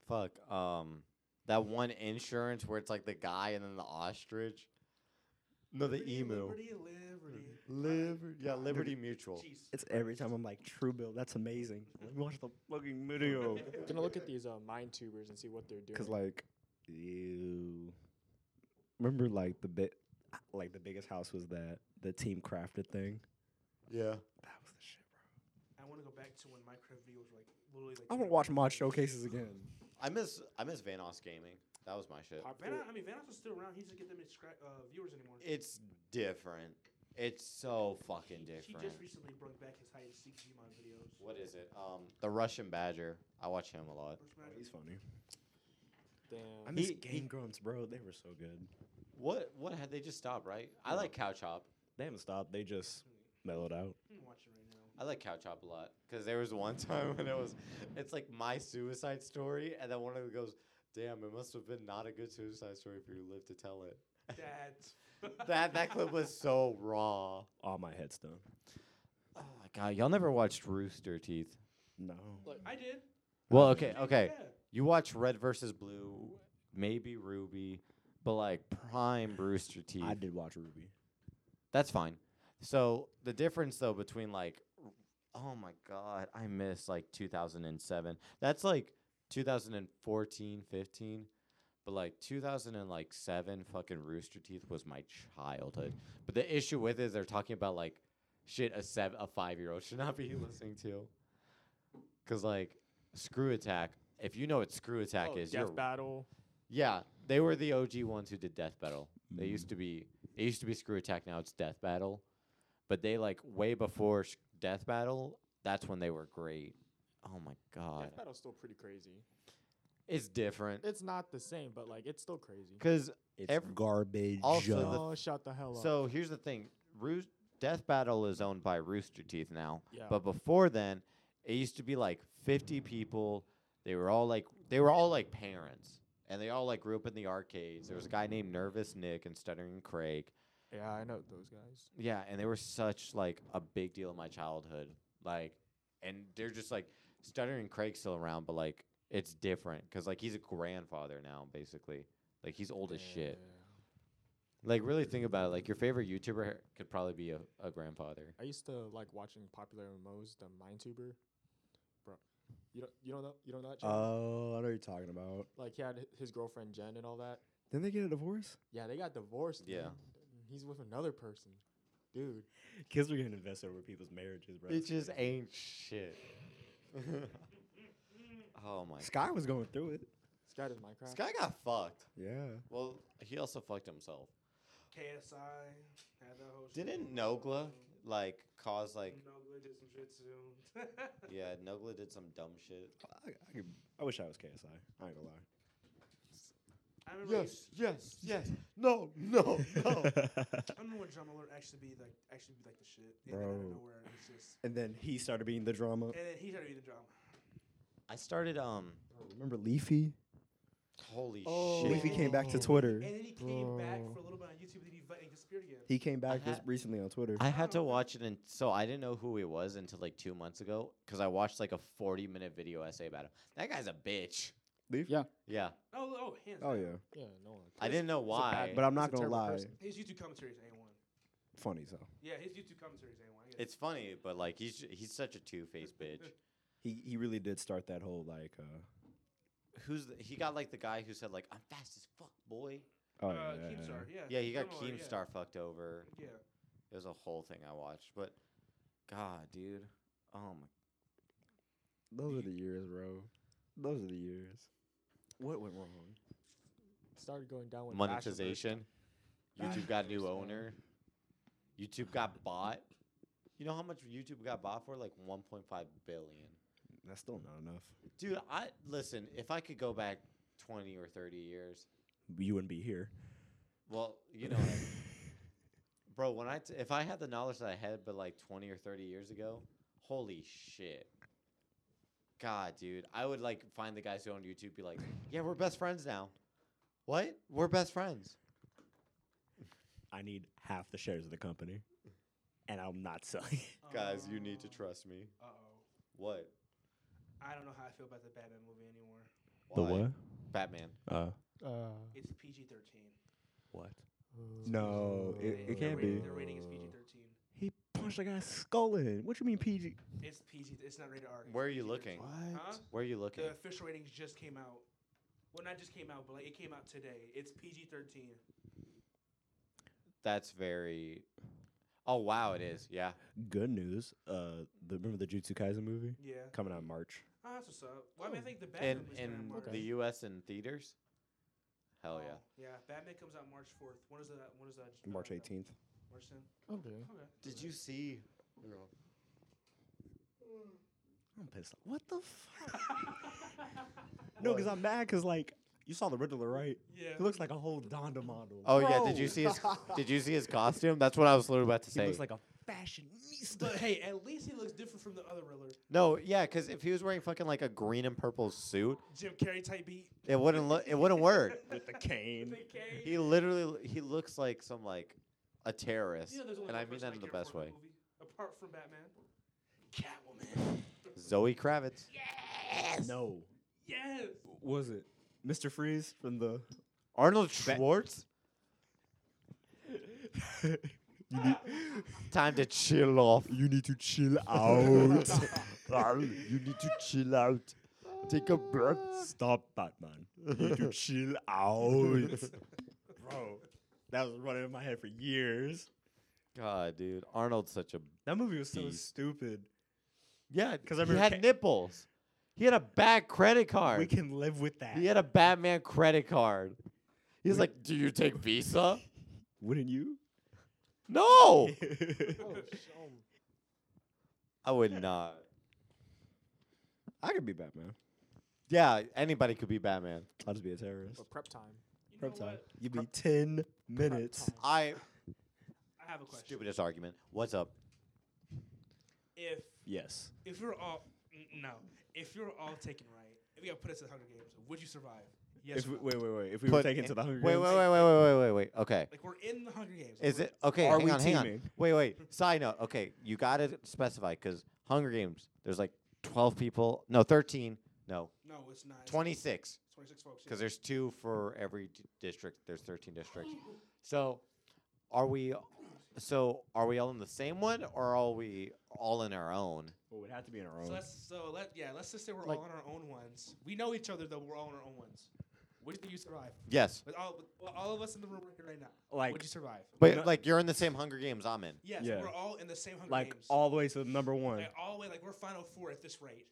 [SPEAKER 3] fuck um, that one insurance where it's like the guy and then the ostrich. No,
[SPEAKER 2] now.
[SPEAKER 3] the
[SPEAKER 2] Liberty,
[SPEAKER 3] emu.
[SPEAKER 2] Liberty, Liberty.
[SPEAKER 3] Liberty, yeah, Liberty Mutual.
[SPEAKER 2] Jeez.
[SPEAKER 1] it's every time I'm like True Bill, that's amazing. Let me watch the fucking video.
[SPEAKER 4] Gonna look at these uh, mind tubers and see what they're doing.
[SPEAKER 1] Cause like, you remember like the bit, like the biggest house was that the team crafted thing.
[SPEAKER 3] Yeah.
[SPEAKER 1] That was the shit, bro.
[SPEAKER 2] I want to go back to when Minecraft videos were like literally like.
[SPEAKER 1] I want to watch mod showcases again.
[SPEAKER 3] I miss I miss Vanoss Gaming. That was my shit.
[SPEAKER 4] popular,
[SPEAKER 2] Vanoss, I mean, Vanoss is still around. He doesn't get them inscri- uh, viewers anymore.
[SPEAKER 3] It's different. It's so fucking
[SPEAKER 2] He- He
[SPEAKER 3] different.
[SPEAKER 2] just recently brought back his hide and seek Gmod videos.
[SPEAKER 3] What is it? Um, the Russian Badger. I watch him a lot.
[SPEAKER 2] First match.
[SPEAKER 1] He's funny.
[SPEAKER 4] damn.
[SPEAKER 1] I miss
[SPEAKER 3] He-
[SPEAKER 1] Game Grumps, bro. They were so good.
[SPEAKER 3] What what had they just stopped, right? I
[SPEAKER 1] No.
[SPEAKER 3] like Cow Chop.
[SPEAKER 1] They haven't stopped. They just mellowed out.
[SPEAKER 2] I'm watching right now.
[SPEAKER 3] I like Cow Chop a lot because there was one time when it was, it's like my suicide story, and then one of them goes, "Damn, it must have been not a good suicide story for you to live to tell it."
[SPEAKER 2] That.
[SPEAKER 3] That that clip was so raw.
[SPEAKER 1] All my head's done.
[SPEAKER 3] Oh my god, y'all never watched Rooster Teeth?
[SPEAKER 1] No.
[SPEAKER 2] I did.
[SPEAKER 3] Well,
[SPEAKER 2] I
[SPEAKER 3] okay,
[SPEAKER 2] did,
[SPEAKER 3] okay.
[SPEAKER 2] yeah.
[SPEAKER 3] You watch Red versus Blue, maybe Ruby, but like prime Rooster Teeth.
[SPEAKER 1] I did watch Ruby.
[SPEAKER 3] That's fine. So the difference though between like, r- oh my god, I miss like 2007. That's like 2014, 15. But like 2007, fucking Rooster Teeth was my childhood. But the issue with it is they're talking about like shit a seven, a five year old should not be listening to. Cause like Screw Attack, if you know what Screw Attack
[SPEAKER 4] Oh,
[SPEAKER 3] is,
[SPEAKER 4] Death
[SPEAKER 3] you're
[SPEAKER 4] Battle.
[SPEAKER 3] yeah, they were the OG ones who did Death Battle. They used to be it used to be Screw Attack, now it's Death Battle. But they like way before sh- Death Battle, that's when they were great. Oh my god.
[SPEAKER 4] Death Battle's still pretty crazy.
[SPEAKER 3] It's different.
[SPEAKER 4] It's not the same, but like it's still crazy.
[SPEAKER 3] Cuz
[SPEAKER 1] It's
[SPEAKER 3] Every-
[SPEAKER 1] garbage.
[SPEAKER 3] Also the-
[SPEAKER 4] oh, shut the hell up.
[SPEAKER 3] so here's the thing. Roos Death Battle is owned by Rooster Teeth now.
[SPEAKER 4] yeah.
[SPEAKER 3] But before then, it used to be like 50 people. They were all like they were all like parents. And they all like grew up in the arcades. There was a guy named Nervous Nick and Stuttering Craig.
[SPEAKER 4] yeah, I know those guys.
[SPEAKER 3] Yeah, and they were such like a big deal in my childhood. Like, and they're just like stuttering Craig's still around, but like it's different because like he's a grandfather now, basically. Like he's old as shit. Like really think about it. Like your favorite YouTuber could probably be a, a grandfather.
[SPEAKER 4] I used to like watching popular MMOs, the MindTuber. Bro, you don't you don't know you don't know that channel?
[SPEAKER 1] oh, I know what you're talking about.
[SPEAKER 4] like he had hi- his girlfriend Jen and all that.
[SPEAKER 1] Didn't they get a divorce?
[SPEAKER 4] Yeah, they got divorced.
[SPEAKER 3] Yeah.
[SPEAKER 4] man. He's with another person, dude.
[SPEAKER 1] Kids are getting invested over people's marriages, bro.
[SPEAKER 3] Bitches ain't shit.
[SPEAKER 2] Mm,
[SPEAKER 3] oh my.
[SPEAKER 1] Sky was going through it.
[SPEAKER 4] This guy does Minecraft.
[SPEAKER 3] Sky got fucked.
[SPEAKER 1] Yeah.
[SPEAKER 3] Well, he also fucked himself.
[SPEAKER 2] KSI had that whole. shit.
[SPEAKER 3] Didn't Nogla like cause like
[SPEAKER 2] Nogla did some shit too.
[SPEAKER 3] yeah Nogla did some dumb shit.
[SPEAKER 1] I, I, could, I wish I was KSI. I ain't gonna lie.
[SPEAKER 2] I remember. when you-
[SPEAKER 3] yes, yes. No, no,
[SPEAKER 2] I remember when Drum Alert actually be like actually be like the shit. And then out of
[SPEAKER 1] Bro.
[SPEAKER 2] nowhere, it's just.
[SPEAKER 1] and then he started being the drama.
[SPEAKER 3] Oh,
[SPEAKER 2] And then he started being the drama.
[SPEAKER 3] I started um
[SPEAKER 1] Remember Leafy?
[SPEAKER 3] holy
[SPEAKER 4] Oh.
[SPEAKER 3] shit.
[SPEAKER 1] Leafy came back to
[SPEAKER 4] Oh.
[SPEAKER 1] Twitter.
[SPEAKER 2] And then he came back
[SPEAKER 4] Bro.
[SPEAKER 2] for a little bit on YouTube. Then he vi- and disappeared again.
[SPEAKER 1] He came back
[SPEAKER 3] I
[SPEAKER 1] just
[SPEAKER 3] had-
[SPEAKER 1] recently on Twitter.
[SPEAKER 3] I had to watch it and so I didn't know who he was until like 2 months ago cuz I watched like a 40 minute video essay about him. That guy's a bitch.
[SPEAKER 1] Leafy?
[SPEAKER 4] Yeah.
[SPEAKER 3] Yeah.
[SPEAKER 2] Oh, oh, hands.
[SPEAKER 1] Oh
[SPEAKER 2] down.
[SPEAKER 1] yeah.
[SPEAKER 4] Yeah, no one.
[SPEAKER 3] I didn't know why.
[SPEAKER 1] But I'm not
[SPEAKER 4] He's
[SPEAKER 1] gonna
[SPEAKER 4] a terrible
[SPEAKER 1] lie.
[SPEAKER 4] person.
[SPEAKER 2] His YouTube commentaries ain't one.
[SPEAKER 1] Funny so.
[SPEAKER 2] Yeah, his YouTube commentaries ain't one.
[SPEAKER 3] it's funny, but like he's ju- he's such a two-faced bitch.
[SPEAKER 1] He he really did start that whole like. uh
[SPEAKER 3] Who's the, he got like the guy who said like I'm fast as fuck, boy.
[SPEAKER 1] Oh
[SPEAKER 2] Uh,
[SPEAKER 1] yeah.
[SPEAKER 2] Keemstar, yeah.
[SPEAKER 3] Yeah, he got
[SPEAKER 2] Drum Alert, yeah.
[SPEAKER 3] Keemstar fucked over.
[SPEAKER 2] Yeah.
[SPEAKER 3] It was a whole thing I watched, but god, dude. Oh my
[SPEAKER 1] Those are the years, bro. Those are the years. What went wrong?
[SPEAKER 4] Started going down with
[SPEAKER 3] monetization. YouTube got a new
[SPEAKER 4] Bachelor's, uh,
[SPEAKER 3] owner. YouTube got bought. You know how much YouTube got bought for? Like 1.5 billion.
[SPEAKER 1] That's still not enough.
[SPEAKER 3] Dude, I listen. If I could go back 20 or 30 years,
[SPEAKER 1] you wouldn't be here.
[SPEAKER 3] Well, you know, like, bro, when I t- if I had the knowledge that I had, but like twenty or thirty years ago, holy shit. God, dude, I would like find the guys who on YouTube be like, "Yeah, we're best friends now." What? We're best friends.
[SPEAKER 1] I need half the shares of the company, and I'm not selling. it.
[SPEAKER 2] Oh.
[SPEAKER 3] trust me.
[SPEAKER 2] Uh-oh.
[SPEAKER 3] What?
[SPEAKER 2] I don't know how I feel about the Batman movie anymore.
[SPEAKER 3] Why? Batman.
[SPEAKER 1] Uh,
[SPEAKER 4] Uh,
[SPEAKER 2] It's PG-13.
[SPEAKER 1] what? No, it,
[SPEAKER 2] Their
[SPEAKER 1] it can't
[SPEAKER 2] rating-
[SPEAKER 1] be.
[SPEAKER 2] Their rating is PG-13.
[SPEAKER 1] He punched a guy's skull in. What you mean PG?
[SPEAKER 2] It's PG. It's not rated R. it's
[SPEAKER 3] Where are you
[SPEAKER 2] PG-13.
[SPEAKER 3] looking?
[SPEAKER 2] Huh?
[SPEAKER 3] Where are you looking?
[SPEAKER 2] The official ratings just came out. Well, not just came out, but like it came out today. It's PG-13.
[SPEAKER 3] That's very. Oh wow, it is. Yeah.
[SPEAKER 1] Good news. Uh, the, remember the Jutsu Kaisen movie
[SPEAKER 2] Yeah.
[SPEAKER 1] coming out in March.
[SPEAKER 2] Oh, that's what's up. Well, I
[SPEAKER 1] Hmm.
[SPEAKER 2] mean, I think the
[SPEAKER 3] In
[SPEAKER 2] Batman was
[SPEAKER 3] in
[SPEAKER 2] March.
[SPEAKER 3] the U.S. in theaters. Hell yeah.
[SPEAKER 2] Oh, yeah, Batman comes out March 4th. When is that? When is that? uh,
[SPEAKER 1] March
[SPEAKER 2] that-
[SPEAKER 1] 18th.
[SPEAKER 2] March 10th.
[SPEAKER 4] Okay.
[SPEAKER 2] Okay.
[SPEAKER 3] Did you see?
[SPEAKER 1] I'm pissed. off. What the fuck? no, because I'm mad. Cause like you saw the Riddler, right?
[SPEAKER 2] Yeah.
[SPEAKER 1] He looks like a whole Donda model.
[SPEAKER 3] Oh yeah, did you see his? did you see his costume? That's what I was literally about to
[SPEAKER 1] he
[SPEAKER 3] say.
[SPEAKER 1] looks like a fashionista.
[SPEAKER 2] But hey, at least he looks different from the other Riddler.
[SPEAKER 3] no, yeah, because if he was wearing fucking like a green and purple suit,
[SPEAKER 2] Jim Carrey type beat.
[SPEAKER 3] it wouldn't look. It wouldn't work.
[SPEAKER 1] with the cane.
[SPEAKER 2] Nick Cage.
[SPEAKER 3] He literally he looks like some like a terrorist,
[SPEAKER 2] You know, there's only
[SPEAKER 3] and
[SPEAKER 2] one
[SPEAKER 3] I mean
[SPEAKER 2] person
[SPEAKER 3] that in the
[SPEAKER 2] care for
[SPEAKER 3] best
[SPEAKER 2] in
[SPEAKER 3] way.
[SPEAKER 2] that Movie, apart from Batman, Catwoman.
[SPEAKER 3] Zoe Kravitz.
[SPEAKER 1] No.
[SPEAKER 2] yes.
[SPEAKER 1] was it Mr. Freeze from the?
[SPEAKER 3] Arnold Schwartz.
[SPEAKER 1] you, need,
[SPEAKER 3] Time to chill off.
[SPEAKER 1] you need to chill out.
[SPEAKER 3] you need to chill out. Take a breath.
[SPEAKER 1] Stop, Batman. You need to chill out, bro. That was running in my head for years.
[SPEAKER 3] God, dude, Arnold's such a
[SPEAKER 1] That movie was so
[SPEAKER 3] Beast.
[SPEAKER 1] stupid.
[SPEAKER 3] yeah.
[SPEAKER 1] 'cause I
[SPEAKER 3] he
[SPEAKER 1] remember
[SPEAKER 3] had
[SPEAKER 1] Ca-
[SPEAKER 3] nipples. He had a bad credit
[SPEAKER 1] We
[SPEAKER 3] card.
[SPEAKER 1] can live with that.
[SPEAKER 3] He had a Batman credit card. He's
[SPEAKER 1] We-
[SPEAKER 3] like, "Do you take Visa?"
[SPEAKER 1] Wouldn't you?
[SPEAKER 3] no,
[SPEAKER 4] Oh,
[SPEAKER 3] I would not.
[SPEAKER 1] I could be Batman.
[SPEAKER 3] Yeah, anybody could be Batman.
[SPEAKER 1] I'll just be a terrorist.
[SPEAKER 4] or prep time.
[SPEAKER 2] You know
[SPEAKER 1] Prep time.
[SPEAKER 2] what?
[SPEAKER 1] You'd be ten minutes.
[SPEAKER 4] time.
[SPEAKER 3] I
[SPEAKER 2] I have a question.
[SPEAKER 3] stupidest argument. What's up?
[SPEAKER 2] If
[SPEAKER 1] Yes.
[SPEAKER 2] if you're all n- no, if you're all taken right, if we got put us in Hunger Games, would you survive? Yes.
[SPEAKER 1] If
[SPEAKER 2] or
[SPEAKER 1] we,
[SPEAKER 2] no?
[SPEAKER 1] wait, wait, wait. If we were
[SPEAKER 3] Put
[SPEAKER 1] taken
[SPEAKER 3] in-
[SPEAKER 1] to the Hunger
[SPEAKER 3] Wait,
[SPEAKER 1] Games,
[SPEAKER 3] wait, wait, wait, wait, wait, wait, wait. Okay.
[SPEAKER 2] like we're in the Hunger Games.
[SPEAKER 3] Is it okay?
[SPEAKER 1] Are
[SPEAKER 3] hang
[SPEAKER 1] we
[SPEAKER 3] on, hang on.
[SPEAKER 1] teaming?
[SPEAKER 3] Wait, wait. Side note. Okay, you gotta specify because Hunger Games. There's like 12 people. No, 13. No,
[SPEAKER 2] No, it's not. It's
[SPEAKER 3] 26.
[SPEAKER 2] 26 folks.
[SPEAKER 3] Because there's two for every d- district. There's 13 districts. So, are we? So are we all in the same one, or are we all in our own?
[SPEAKER 1] Well, we'd have Oh, to be in our
[SPEAKER 2] So
[SPEAKER 1] own.
[SPEAKER 2] let's so let yeah let's just say we're
[SPEAKER 4] Like-
[SPEAKER 2] all on our own ones. We know each other though. We're all on our own ones. Would you survive?
[SPEAKER 3] Yes.
[SPEAKER 2] With all with all of us in the room right here right now.
[SPEAKER 1] Like-
[SPEAKER 2] would you survive?
[SPEAKER 3] But
[SPEAKER 1] No-
[SPEAKER 3] like you're in the same Hunger Games I'm in.
[SPEAKER 2] Yes,
[SPEAKER 1] Yeah.
[SPEAKER 2] we're all in the same Hunger
[SPEAKER 1] Like
[SPEAKER 2] Games.
[SPEAKER 1] all the way to number one.
[SPEAKER 2] like all the way like we're Final Four at this rate.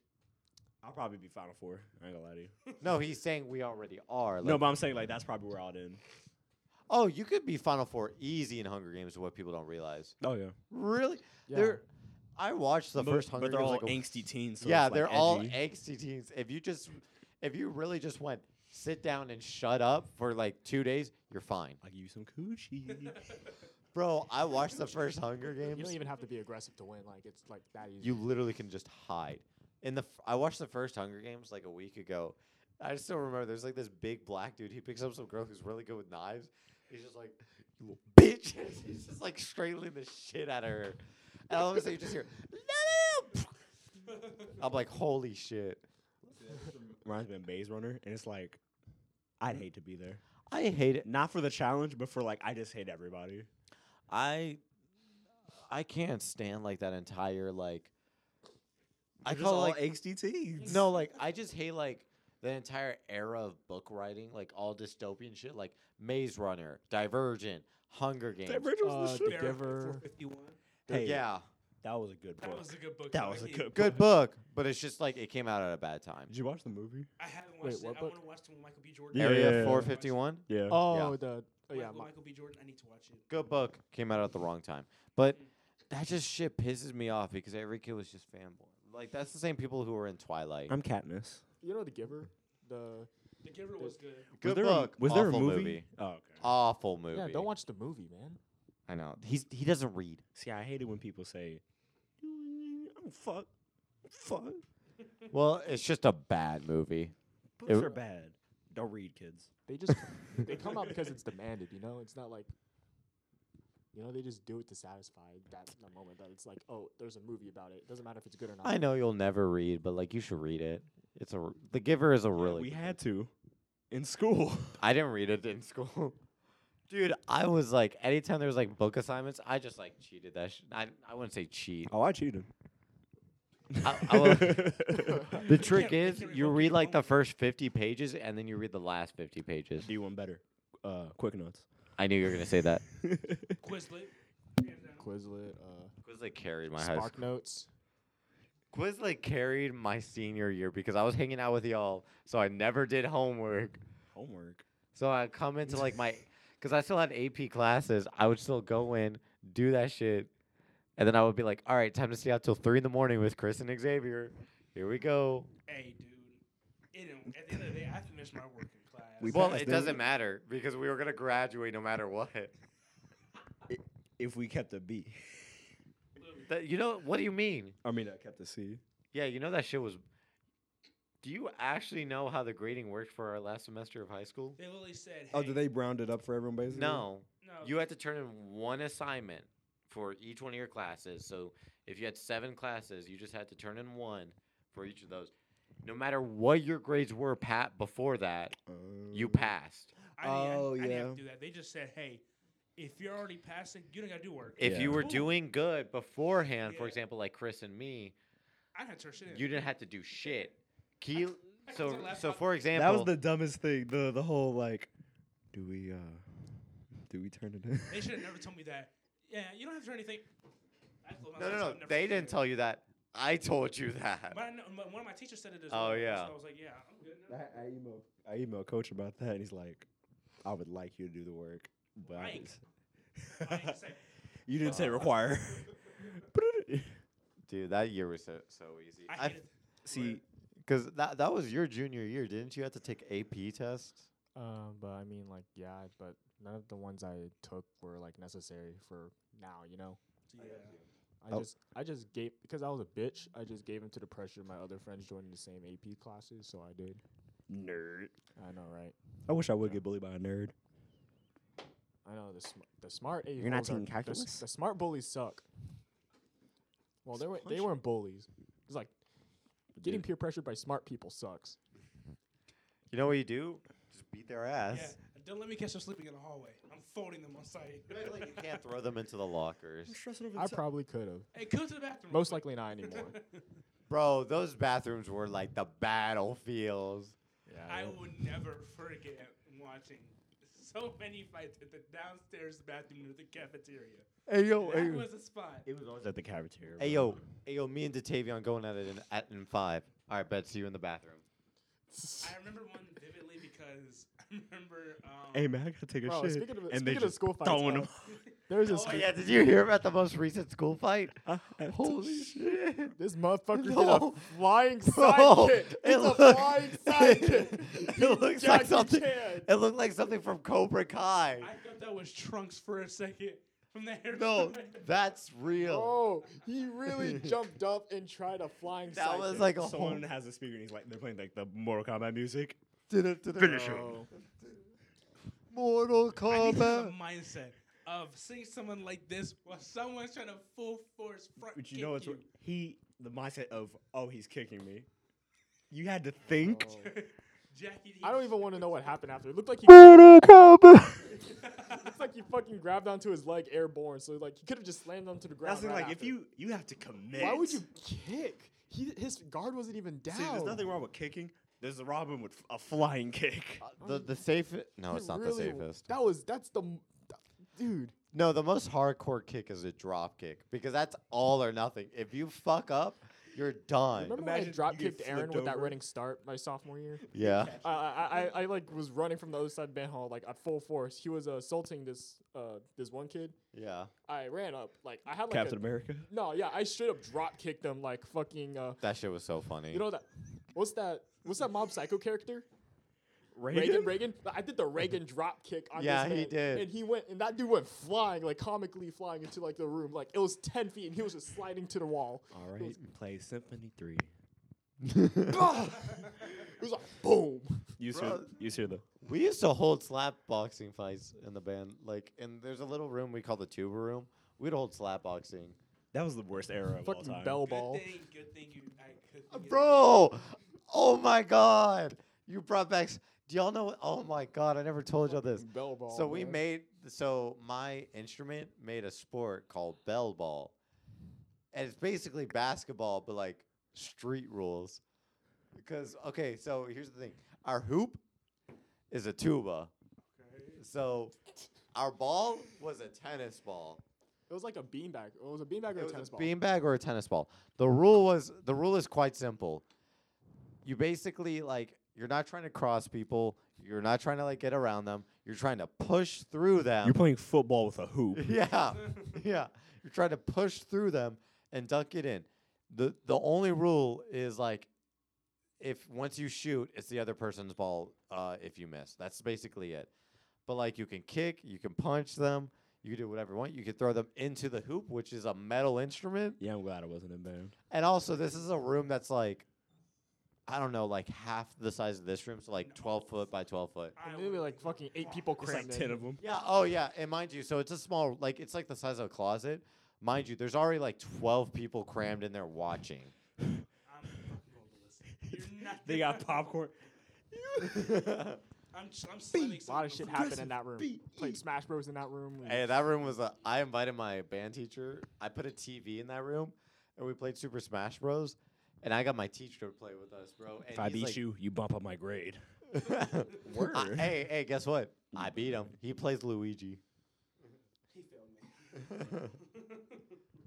[SPEAKER 1] I'll probably be Final Four. I ain't gonna lie to you.
[SPEAKER 3] No, he's saying we already are.
[SPEAKER 1] no,
[SPEAKER 3] like-
[SPEAKER 1] but I'm saying like that's probably where I'll end.
[SPEAKER 3] oh, you could be Final Four easy in Hunger Games, is what people don't realize.
[SPEAKER 1] Oh yeah.
[SPEAKER 3] Really?
[SPEAKER 4] Yeah.
[SPEAKER 3] They're I watched the
[SPEAKER 1] but,
[SPEAKER 3] first
[SPEAKER 1] but
[SPEAKER 3] Hunger
[SPEAKER 1] they're
[SPEAKER 3] Games.
[SPEAKER 1] all
[SPEAKER 3] like a-
[SPEAKER 1] angsty teens. So
[SPEAKER 3] yeah,
[SPEAKER 1] it's, like,
[SPEAKER 3] they're all
[SPEAKER 1] edgy.
[SPEAKER 3] angsty teens. If you just, if you really just went sit down and shut up for like two days, you're fine,
[SPEAKER 1] I'll give you some coochie.
[SPEAKER 3] bro. I watched the first Hunger Games.
[SPEAKER 4] You
[SPEAKER 3] You,
[SPEAKER 4] don't even have to be aggressive to win. Like it's like that easy.
[SPEAKER 3] literally can just hide. In the, f- I watched the first Hunger Games like a week ago. I still remember. There's like this big black dude. He picks up some girl who's really good with knives. He's just like, you little bitch. He's just like strangling the shit out of her. And all of a sudden, you just hear, no, no, no. I'm like, holy shit.
[SPEAKER 1] Reminds me of Maze Runner, and it's like, I'd hate to be there.
[SPEAKER 3] I hate it.
[SPEAKER 1] Not for the challenge, but for like, I just hate everybody.
[SPEAKER 3] I I can't stand like that entire like I
[SPEAKER 1] They're just
[SPEAKER 3] call
[SPEAKER 1] all
[SPEAKER 3] it, like
[SPEAKER 1] angsty teens.
[SPEAKER 3] no like I just hate like the entire era of book writing like all dystopian shit like Maze Runner, Divergent, Hunger Games.
[SPEAKER 1] that bridge was
[SPEAKER 4] Uh,
[SPEAKER 1] the shit.
[SPEAKER 4] Derek- Giver.
[SPEAKER 2] 451.
[SPEAKER 3] Th-
[SPEAKER 1] Hey,
[SPEAKER 3] Yeah,
[SPEAKER 1] that was a good
[SPEAKER 2] That
[SPEAKER 1] book.
[SPEAKER 2] was a good book.
[SPEAKER 1] That
[SPEAKER 2] though.
[SPEAKER 1] was
[SPEAKER 2] I
[SPEAKER 1] a
[SPEAKER 2] can't-
[SPEAKER 1] good
[SPEAKER 3] good book, but it's just like it came out at a bad time.
[SPEAKER 1] Did you watch the movie?
[SPEAKER 2] I haven't
[SPEAKER 4] Wait,
[SPEAKER 2] watched
[SPEAKER 4] what
[SPEAKER 2] it. I
[SPEAKER 4] book?
[SPEAKER 2] want to watch the one with Michael B. Jordan.
[SPEAKER 1] Yeah.
[SPEAKER 3] Area 451,
[SPEAKER 1] Yeah.
[SPEAKER 4] oh the oh
[SPEAKER 2] Michael,
[SPEAKER 4] yeah. My,
[SPEAKER 2] Michael B. Jordan. I need to watch it.
[SPEAKER 3] good book, came out at the wrong time. But that just shit pisses me off because every kid was
[SPEAKER 1] Um,
[SPEAKER 3] just fanboy. Like that's the same people who were in Twilight.
[SPEAKER 1] I'm Katniss.
[SPEAKER 4] you know the giver, the
[SPEAKER 2] The Giver was good.
[SPEAKER 3] Good
[SPEAKER 1] was there
[SPEAKER 3] book.
[SPEAKER 1] A, was there a
[SPEAKER 3] awful
[SPEAKER 1] movie? Oh, okay.
[SPEAKER 3] Awful movie.
[SPEAKER 4] Yeah, don't watch the movie, man.
[SPEAKER 3] I know. He's he doesn't read.
[SPEAKER 1] See, I hate it when people say, "I'm fuck, fuck."
[SPEAKER 3] Well, it's just a bad movie.
[SPEAKER 1] Books are bad. Don't read, kids.
[SPEAKER 4] They just they come out because it's demanded. You know, it's not like you know they just do it to satisfy that the moment that it's like, oh, there's a movie about it. It doesn't matter if it's good or not.
[SPEAKER 3] I know you'll never read, but like you should read it. It's a r- The Giver is a
[SPEAKER 1] Yeah,
[SPEAKER 3] really.
[SPEAKER 1] we
[SPEAKER 3] good
[SPEAKER 1] had to in school.
[SPEAKER 3] I didn't read it in school. Dude, I was like, anytime there was like book assignments, I just like cheated that. Sh- I I wouldn't say cheat.
[SPEAKER 1] Oh, I cheated.
[SPEAKER 3] I- I will- the
[SPEAKER 2] can't-
[SPEAKER 3] trick
[SPEAKER 2] they
[SPEAKER 3] is,
[SPEAKER 2] can't
[SPEAKER 3] you
[SPEAKER 2] revoke
[SPEAKER 3] read
[SPEAKER 2] your
[SPEAKER 3] like the
[SPEAKER 2] moment.
[SPEAKER 3] first fifty pages, and then you read the last fifty pages.
[SPEAKER 1] Do one better. Uh, quick notes.
[SPEAKER 3] I knew you were gonna say that.
[SPEAKER 2] Quizlet. hands down.
[SPEAKER 4] Quizlet, uh,
[SPEAKER 3] Quizlet carried my high
[SPEAKER 4] Spark
[SPEAKER 3] school.
[SPEAKER 4] Notes.
[SPEAKER 3] Quizlet carried my senior year because I was hanging out with y'all, so I never did homework.
[SPEAKER 1] Homework.
[SPEAKER 3] So I come into like my, because I still had AP classes. I would still go in, do that shit, and then I would be like, "All right, time to stay out till three in the morning with Chris and Xavier. Here we go."
[SPEAKER 2] Hey, dude. It didn't, at the end of the day, I finished my work in class.
[SPEAKER 1] We
[SPEAKER 3] well,
[SPEAKER 1] passed,
[SPEAKER 3] it
[SPEAKER 1] didn't
[SPEAKER 3] doesn't
[SPEAKER 1] we?
[SPEAKER 3] matter because we were gonna graduate no matter what.
[SPEAKER 1] If we kept a B,
[SPEAKER 3] That, you know what do you mean?
[SPEAKER 1] I mean, I kept a C.
[SPEAKER 3] Yeah, you know that shit was. Do you actually know how the grading worked for our last semester of high school?
[SPEAKER 2] They literally said,
[SPEAKER 1] Oh,
[SPEAKER 2] hey,
[SPEAKER 1] did they round it up for everyone basically?
[SPEAKER 3] No,
[SPEAKER 2] No,
[SPEAKER 3] you had to turn in one assignment for each one of your classes. So if you had seven classes, you just had to turn in one for each of those. No matter what your grades were, Pat, before that, you
[SPEAKER 1] Um,
[SPEAKER 3] passed.
[SPEAKER 2] I didn't,
[SPEAKER 1] Oh,
[SPEAKER 2] I, didn't have
[SPEAKER 1] yeah.
[SPEAKER 2] to do that. They just said, hey, if you're already passing, you don't got to do work.
[SPEAKER 3] If you
[SPEAKER 1] Yeah.
[SPEAKER 3] were
[SPEAKER 2] Cool.
[SPEAKER 3] doing good beforehand, for
[SPEAKER 2] Yeah.
[SPEAKER 3] example, like Chris and me,
[SPEAKER 2] I didn't have to turn shit in.
[SPEAKER 3] you didn't have to do shit. Key,
[SPEAKER 2] I took
[SPEAKER 3] so
[SPEAKER 2] the
[SPEAKER 3] so
[SPEAKER 2] laptop.
[SPEAKER 1] That
[SPEAKER 3] for
[SPEAKER 1] was
[SPEAKER 3] example,
[SPEAKER 1] the dumbest thing. The the whole like, do we uh, do we turn it in?
[SPEAKER 2] They should have never told me that. Yeah, you don't have to do anything. I told
[SPEAKER 3] no,
[SPEAKER 2] myself
[SPEAKER 3] no,
[SPEAKER 2] I've
[SPEAKER 3] no.
[SPEAKER 2] never
[SPEAKER 3] They
[SPEAKER 2] done
[SPEAKER 3] didn't
[SPEAKER 2] it.
[SPEAKER 3] tell you that. I told you that.
[SPEAKER 2] But I know, but one of my teachers said it as
[SPEAKER 3] Oh,
[SPEAKER 2] well.
[SPEAKER 3] yeah.
[SPEAKER 2] So I was like, yeah, I'm good.
[SPEAKER 1] I,
[SPEAKER 2] now.
[SPEAKER 1] I emailed I emailed coach about that, and he's like, "I would like you to do the work, but I
[SPEAKER 2] Like.
[SPEAKER 1] just-
[SPEAKER 2] I didn't say-
[SPEAKER 1] you didn't say require."
[SPEAKER 3] Dude, that year was so, so easy.
[SPEAKER 2] I
[SPEAKER 3] I,
[SPEAKER 2] hated it.
[SPEAKER 1] See,
[SPEAKER 3] because that that was your junior year, didn't you? Have to take AP tests.
[SPEAKER 4] Um, but I mean, like, yeah, but none of the ones I took were like necessary for now. You know, I
[SPEAKER 1] Oh.
[SPEAKER 4] just I just gave because I was a bitch. I just gave in to the pressure of my other friends joining the same AP classes, so I did.
[SPEAKER 1] nerd.
[SPEAKER 4] I know, right?
[SPEAKER 1] I wish I would get bullied by a nerd.
[SPEAKER 4] I know the sm- the smart. a
[SPEAKER 1] You're not
[SPEAKER 4] holes are-
[SPEAKER 1] taking
[SPEAKER 4] the s-
[SPEAKER 1] calculus?
[SPEAKER 4] The, smart bullies suck. Well, they were they weren't bullies. It's like getting peer pressured by smart people sucks.
[SPEAKER 3] You know what you do? Just beat their ass.
[SPEAKER 2] Yeah, don't let me catch them sleeping in the hallway. I'm folding them on sight.
[SPEAKER 3] like you can't throw them into the lockers,
[SPEAKER 1] stressing over
[SPEAKER 4] I probably could have.
[SPEAKER 2] hey, come to the bathroom.
[SPEAKER 4] Most likely not anymore.
[SPEAKER 3] bro. Those bathrooms were like the battlefields.
[SPEAKER 4] yeah.
[SPEAKER 2] I will never forget watching so many fights at the downstairs bathroom near the cafeteria.
[SPEAKER 3] Hey yo,
[SPEAKER 4] Oh,
[SPEAKER 2] That was a spot.
[SPEAKER 1] It was always at the cafeteria.
[SPEAKER 3] hey
[SPEAKER 1] bro.
[SPEAKER 3] yo, hey yo. Me and Datavion going at it in, at in five. All right, bet. See you in the bathroom.
[SPEAKER 2] I remember one vividly because I remember. Um,
[SPEAKER 1] Hey man, I gotta take a
[SPEAKER 4] Bro,
[SPEAKER 1] shit.
[SPEAKER 4] speaking of-
[SPEAKER 1] and they
[SPEAKER 4] speaking of
[SPEAKER 1] just
[SPEAKER 4] school fights,
[SPEAKER 1] throwing
[SPEAKER 4] bro.
[SPEAKER 1] them.
[SPEAKER 4] There's this
[SPEAKER 3] Oh yeah, did you hear about the most recent school fight?
[SPEAKER 1] I- I-
[SPEAKER 3] Holy shit!
[SPEAKER 4] this
[SPEAKER 3] No.
[SPEAKER 4] motherfucker did a flying
[SPEAKER 3] Bro,
[SPEAKER 4] sidekick.
[SPEAKER 3] it
[SPEAKER 4] It's
[SPEAKER 3] look-
[SPEAKER 4] a flying sidekick.
[SPEAKER 3] it looks like
[SPEAKER 4] Jackie
[SPEAKER 3] something.
[SPEAKER 4] Chan.
[SPEAKER 3] It looked like something from Cobra Kai.
[SPEAKER 2] I thought that was Trunks for a second from the hair.
[SPEAKER 3] No, that's real.
[SPEAKER 4] Oh, he really jumped up and tried a flying
[SPEAKER 3] that
[SPEAKER 4] sidekick.
[SPEAKER 3] was like a
[SPEAKER 1] Someone has a speaker and he's like, they're playing like the Mortal Kombat music.
[SPEAKER 3] whole finish
[SPEAKER 4] Bro.
[SPEAKER 3] Mortal
[SPEAKER 2] I need to have
[SPEAKER 3] Kombat.
[SPEAKER 2] the mindset of seeing someone like this while someone's trying to full force front
[SPEAKER 1] But you
[SPEAKER 2] kick
[SPEAKER 1] know it's
[SPEAKER 2] you.
[SPEAKER 1] he the mindset of oh he's kicking me. You had to think.
[SPEAKER 4] Oh.
[SPEAKER 2] Jackie. D.
[SPEAKER 4] I don't even want to know what happened after. It looked like he It's like he fucking grabbed onto his leg airborne, so like he could have just slammed onto the ground.
[SPEAKER 1] That's the thing,
[SPEAKER 4] right
[SPEAKER 1] like if
[SPEAKER 4] after.
[SPEAKER 1] you you have to commit.
[SPEAKER 4] why would you kick? He his guard wasn't even down.
[SPEAKER 1] See, there's nothing wrong with kicking. There's a Robin with a flying kick.
[SPEAKER 4] Uh,
[SPEAKER 3] the the safest. No,
[SPEAKER 4] He
[SPEAKER 3] it's not the
[SPEAKER 4] really-
[SPEAKER 3] safest.
[SPEAKER 4] That was that's the m- th- dude.
[SPEAKER 3] No, the most hardcore kick is a drop kick because that's all or nothing. If you fuck up, you're done.
[SPEAKER 4] Remember when I
[SPEAKER 1] Imagine
[SPEAKER 4] drop
[SPEAKER 1] you get
[SPEAKER 4] kicked Aaron
[SPEAKER 1] flipped
[SPEAKER 4] with that
[SPEAKER 1] over.
[SPEAKER 4] running start my sophomore year?
[SPEAKER 3] Yeah.
[SPEAKER 4] I, I, I, I like was running from the other side of band hall like at full force. He was assaulting this uh this one kid.
[SPEAKER 3] Yeah.
[SPEAKER 4] I ran up like I had like
[SPEAKER 1] Captain
[SPEAKER 4] a,
[SPEAKER 1] America.
[SPEAKER 4] no yeah I straight up drop kicked him like fucking uh
[SPEAKER 3] That shit was so funny.
[SPEAKER 4] you know that what's that what's that mob psycho character
[SPEAKER 1] Reagan?
[SPEAKER 4] Reagan, Reagan, I did the Reagan drop kick on
[SPEAKER 3] Yeah,
[SPEAKER 4] this
[SPEAKER 3] he
[SPEAKER 4] man,
[SPEAKER 3] did.
[SPEAKER 4] and he went, and that dude went flying, like comically flying into like the room, like it was ten feet, and he was just sliding to the wall.
[SPEAKER 1] All right, play Symphony Three.
[SPEAKER 4] It was like boom.
[SPEAKER 1] You hear,
[SPEAKER 3] Bruh.
[SPEAKER 1] you hear the
[SPEAKER 3] We used to hold slap boxing fights in the band. Like, and there's a little room we call the tuba room. We'd hold slap boxing.
[SPEAKER 1] that was the worst era of all
[SPEAKER 4] Fucking
[SPEAKER 1] time.
[SPEAKER 4] bell
[SPEAKER 2] Good
[SPEAKER 4] ball.
[SPEAKER 2] thing, good thing you. I could
[SPEAKER 4] Uh,
[SPEAKER 1] Uh,
[SPEAKER 2] think of-
[SPEAKER 3] Bro, oh my god, you brought back. s- Do y'all know? what- Oh my god, I never told y'all this.
[SPEAKER 4] Bell ball.
[SPEAKER 3] So we
[SPEAKER 4] man.
[SPEAKER 3] made. So my instrument made a sport called bell ball, and it's basically basketball, but like street rules. Because okay, so here's the thing: our hoop is a tuba.
[SPEAKER 2] Okay.
[SPEAKER 3] So our ball was a tennis ball.
[SPEAKER 4] It was like a beanbag. It was a beanbag or
[SPEAKER 3] It
[SPEAKER 4] a
[SPEAKER 3] was
[SPEAKER 4] tennis
[SPEAKER 3] a
[SPEAKER 4] ball.
[SPEAKER 3] beanbag or a tennis ball. The rule was the rule is quite simple. You basically like you're not trying to cross people. You're not trying to like get around them. You're trying to push through them.
[SPEAKER 1] You're playing football with a hoop.
[SPEAKER 3] yeah, yeah. You're trying to push through them and dunk it in. the The only rule is like if once you shoot, it's the other person's ball. Uh, if you miss, that's basically it. But like you can kick, you can punch them, you can do whatever you want. You can throw them into the hoop, which is a metal instrument.
[SPEAKER 1] Yeah, I'm glad I wasn't in band.
[SPEAKER 3] And also, this is a room that's like, I don't know, like half the size of this room, so like 12 foot by 12 foot.
[SPEAKER 2] I
[SPEAKER 4] And maybe
[SPEAKER 2] would-
[SPEAKER 4] like fucking eight people
[SPEAKER 1] It's like
[SPEAKER 4] crammed
[SPEAKER 1] ten
[SPEAKER 4] in.
[SPEAKER 1] of them.
[SPEAKER 3] Yeah. Oh, yeah. And mind you, so it's a small, like it's like the size of a closet. Mind you, there's already like 12 people crammed in there watching.
[SPEAKER 2] I'm fucking going to listen. You're not.
[SPEAKER 1] They got popcorn.
[SPEAKER 3] hey,
[SPEAKER 2] I'm. ch- I'm slamming
[SPEAKER 4] A lot
[SPEAKER 2] someone
[SPEAKER 4] of shit
[SPEAKER 2] with-
[SPEAKER 4] happened in that room. Played Smash Bros in that room. and
[SPEAKER 3] that room was a. I invited my band teacher. I put a TV in that room, and we played Super Smash Bros. And I got my teacher to play with us, bro. And
[SPEAKER 1] If I
[SPEAKER 3] he's
[SPEAKER 1] beat
[SPEAKER 3] like-
[SPEAKER 1] you, you bump up my grade.
[SPEAKER 3] I-
[SPEAKER 1] Word.
[SPEAKER 3] hey, hey, guess what? I beat him. He plays Luigi.
[SPEAKER 2] He failed me.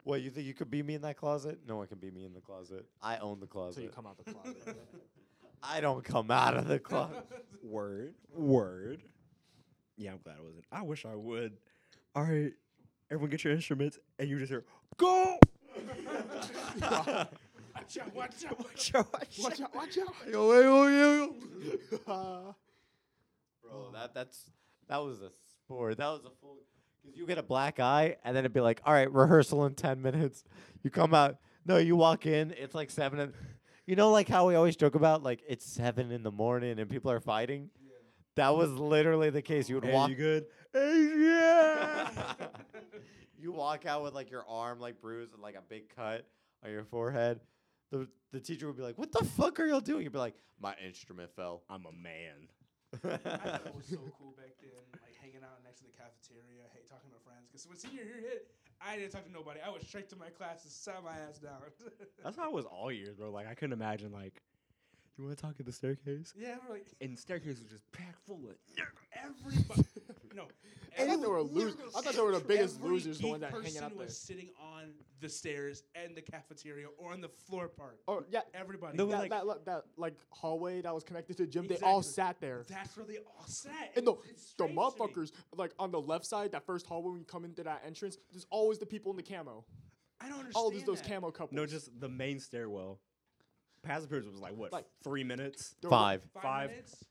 [SPEAKER 3] What you think you could beat me in that closet? No one can beat me in the closet. I own the
[SPEAKER 4] So
[SPEAKER 3] closet.
[SPEAKER 4] you come out the closet.
[SPEAKER 3] I don't come out of the closet.
[SPEAKER 1] Word. Word. Yeah, I'm glad I wasn't. I wish I would. All right, everyone, get your instruments, and you just hear go.
[SPEAKER 2] Watch out! Watch out!
[SPEAKER 1] Watch out,
[SPEAKER 4] watch out! Watch out! Uh,
[SPEAKER 3] Bro, that that's that was a sport. That was a full because you get a black eye and then it'd be like, all right, rehearsal in ten minutes. You come out. No, you walk in. It's like seven. In, you know, like how we always joke about like it's seven in the morning and people are fighting. That was literally the case. You would
[SPEAKER 1] Hey,
[SPEAKER 3] walk.
[SPEAKER 1] you good? Hey, yeah.
[SPEAKER 3] you walk out with like your arm like bruised and like a big cut on your forehead. The the teacher would be like, "What the fuck are y'all doing?" You'd be like, "My instrument fell."
[SPEAKER 1] I'm a man.
[SPEAKER 2] I thought it was so cool back then, like hanging out next to the cafeteria, hey, talking to friends. Because when senior year hit, I didn't talk to nobody. I was straight to my classes, sat my ass down.
[SPEAKER 1] That's how it was all years, bro. Like I couldn't imagine like, you want to talk at the staircase?
[SPEAKER 2] yeah, we're like
[SPEAKER 1] And the staircase was just packed full of.
[SPEAKER 2] everybody. no,
[SPEAKER 4] I thought
[SPEAKER 2] every-
[SPEAKER 4] they were losers. I thought they were the biggest
[SPEAKER 2] every
[SPEAKER 4] losers, the
[SPEAKER 2] geek
[SPEAKER 4] ones that hanging
[SPEAKER 2] person
[SPEAKER 4] out there.
[SPEAKER 2] was sitting on the stairs and the cafeteria or on the floor part.
[SPEAKER 4] Oh yeah,
[SPEAKER 2] Everybody.
[SPEAKER 1] No,
[SPEAKER 4] that,
[SPEAKER 1] like-
[SPEAKER 4] like, that, that that like hallway that was connected to the gym. They all
[SPEAKER 2] Exactly.
[SPEAKER 4] sat there.
[SPEAKER 2] That's where they all sat.
[SPEAKER 4] And the,
[SPEAKER 2] It's- it's
[SPEAKER 4] the
[SPEAKER 2] strange to me.
[SPEAKER 4] motherfuckers, like on the left side, that first hallway when you come into that entrance, there's always the people in the camo.
[SPEAKER 2] I don't understand.
[SPEAKER 4] All these those
[SPEAKER 2] that.
[SPEAKER 4] camo couples.
[SPEAKER 1] No, just the main stairwell. Pass appearance was like what
[SPEAKER 4] Like-
[SPEAKER 1] three minutes.
[SPEAKER 4] They're like,
[SPEAKER 3] Five.
[SPEAKER 2] Five,
[SPEAKER 1] five.
[SPEAKER 2] minutes.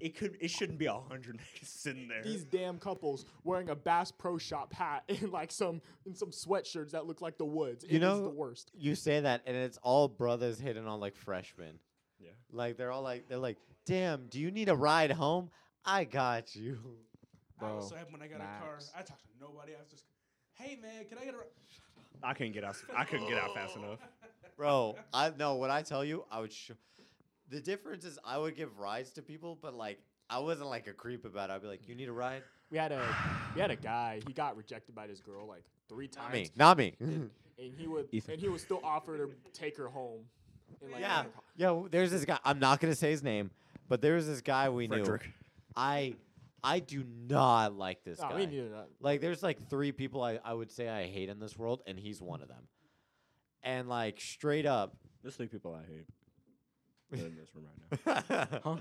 [SPEAKER 1] It could. It shouldn't be a hundred niggas sitting there.
[SPEAKER 4] These damn couples wearing a Bass Pro Shop hat and like some and some sweatshirts that look like the woods. It
[SPEAKER 3] You
[SPEAKER 4] is
[SPEAKER 3] know-
[SPEAKER 4] the worst.
[SPEAKER 3] You say that, and it's all brothers hitting on like freshmen.
[SPEAKER 1] Yeah.
[SPEAKER 3] Like they're all like they're like, "Damn, do you need a ride home? I got you."
[SPEAKER 2] I
[SPEAKER 4] Bro,
[SPEAKER 2] also have when I got a car.
[SPEAKER 4] Max.
[SPEAKER 2] I talked to nobody. I was just, hey man, can I get a? ri-"
[SPEAKER 1] I couldn't get out. I couldn't get out fast enough.
[SPEAKER 3] Bro, I know what I tell you. I would. Sh- the difference is I would give rides to people, but like I wasn't like a creep about it. I'd be like, "You need a ride?
[SPEAKER 4] We had a we had a guy. He got rejected by this girl like three
[SPEAKER 3] Not
[SPEAKER 4] times.
[SPEAKER 3] me, not me."
[SPEAKER 4] And he would
[SPEAKER 1] Ethan.
[SPEAKER 4] and he would still offer to take her home. And, like,
[SPEAKER 3] Yeah,
[SPEAKER 4] take her-
[SPEAKER 3] yo, there's this guy. I'm not gonna say his name, but there was this guy we
[SPEAKER 1] Frederick.
[SPEAKER 3] knew. I, I do not like this
[SPEAKER 4] Nah,
[SPEAKER 3] guy.
[SPEAKER 4] we needed that.
[SPEAKER 3] Like, there's like three people I, I would say I hate in this world, and he's one of them. And like straight up,
[SPEAKER 1] There's three people I hate in this room right now.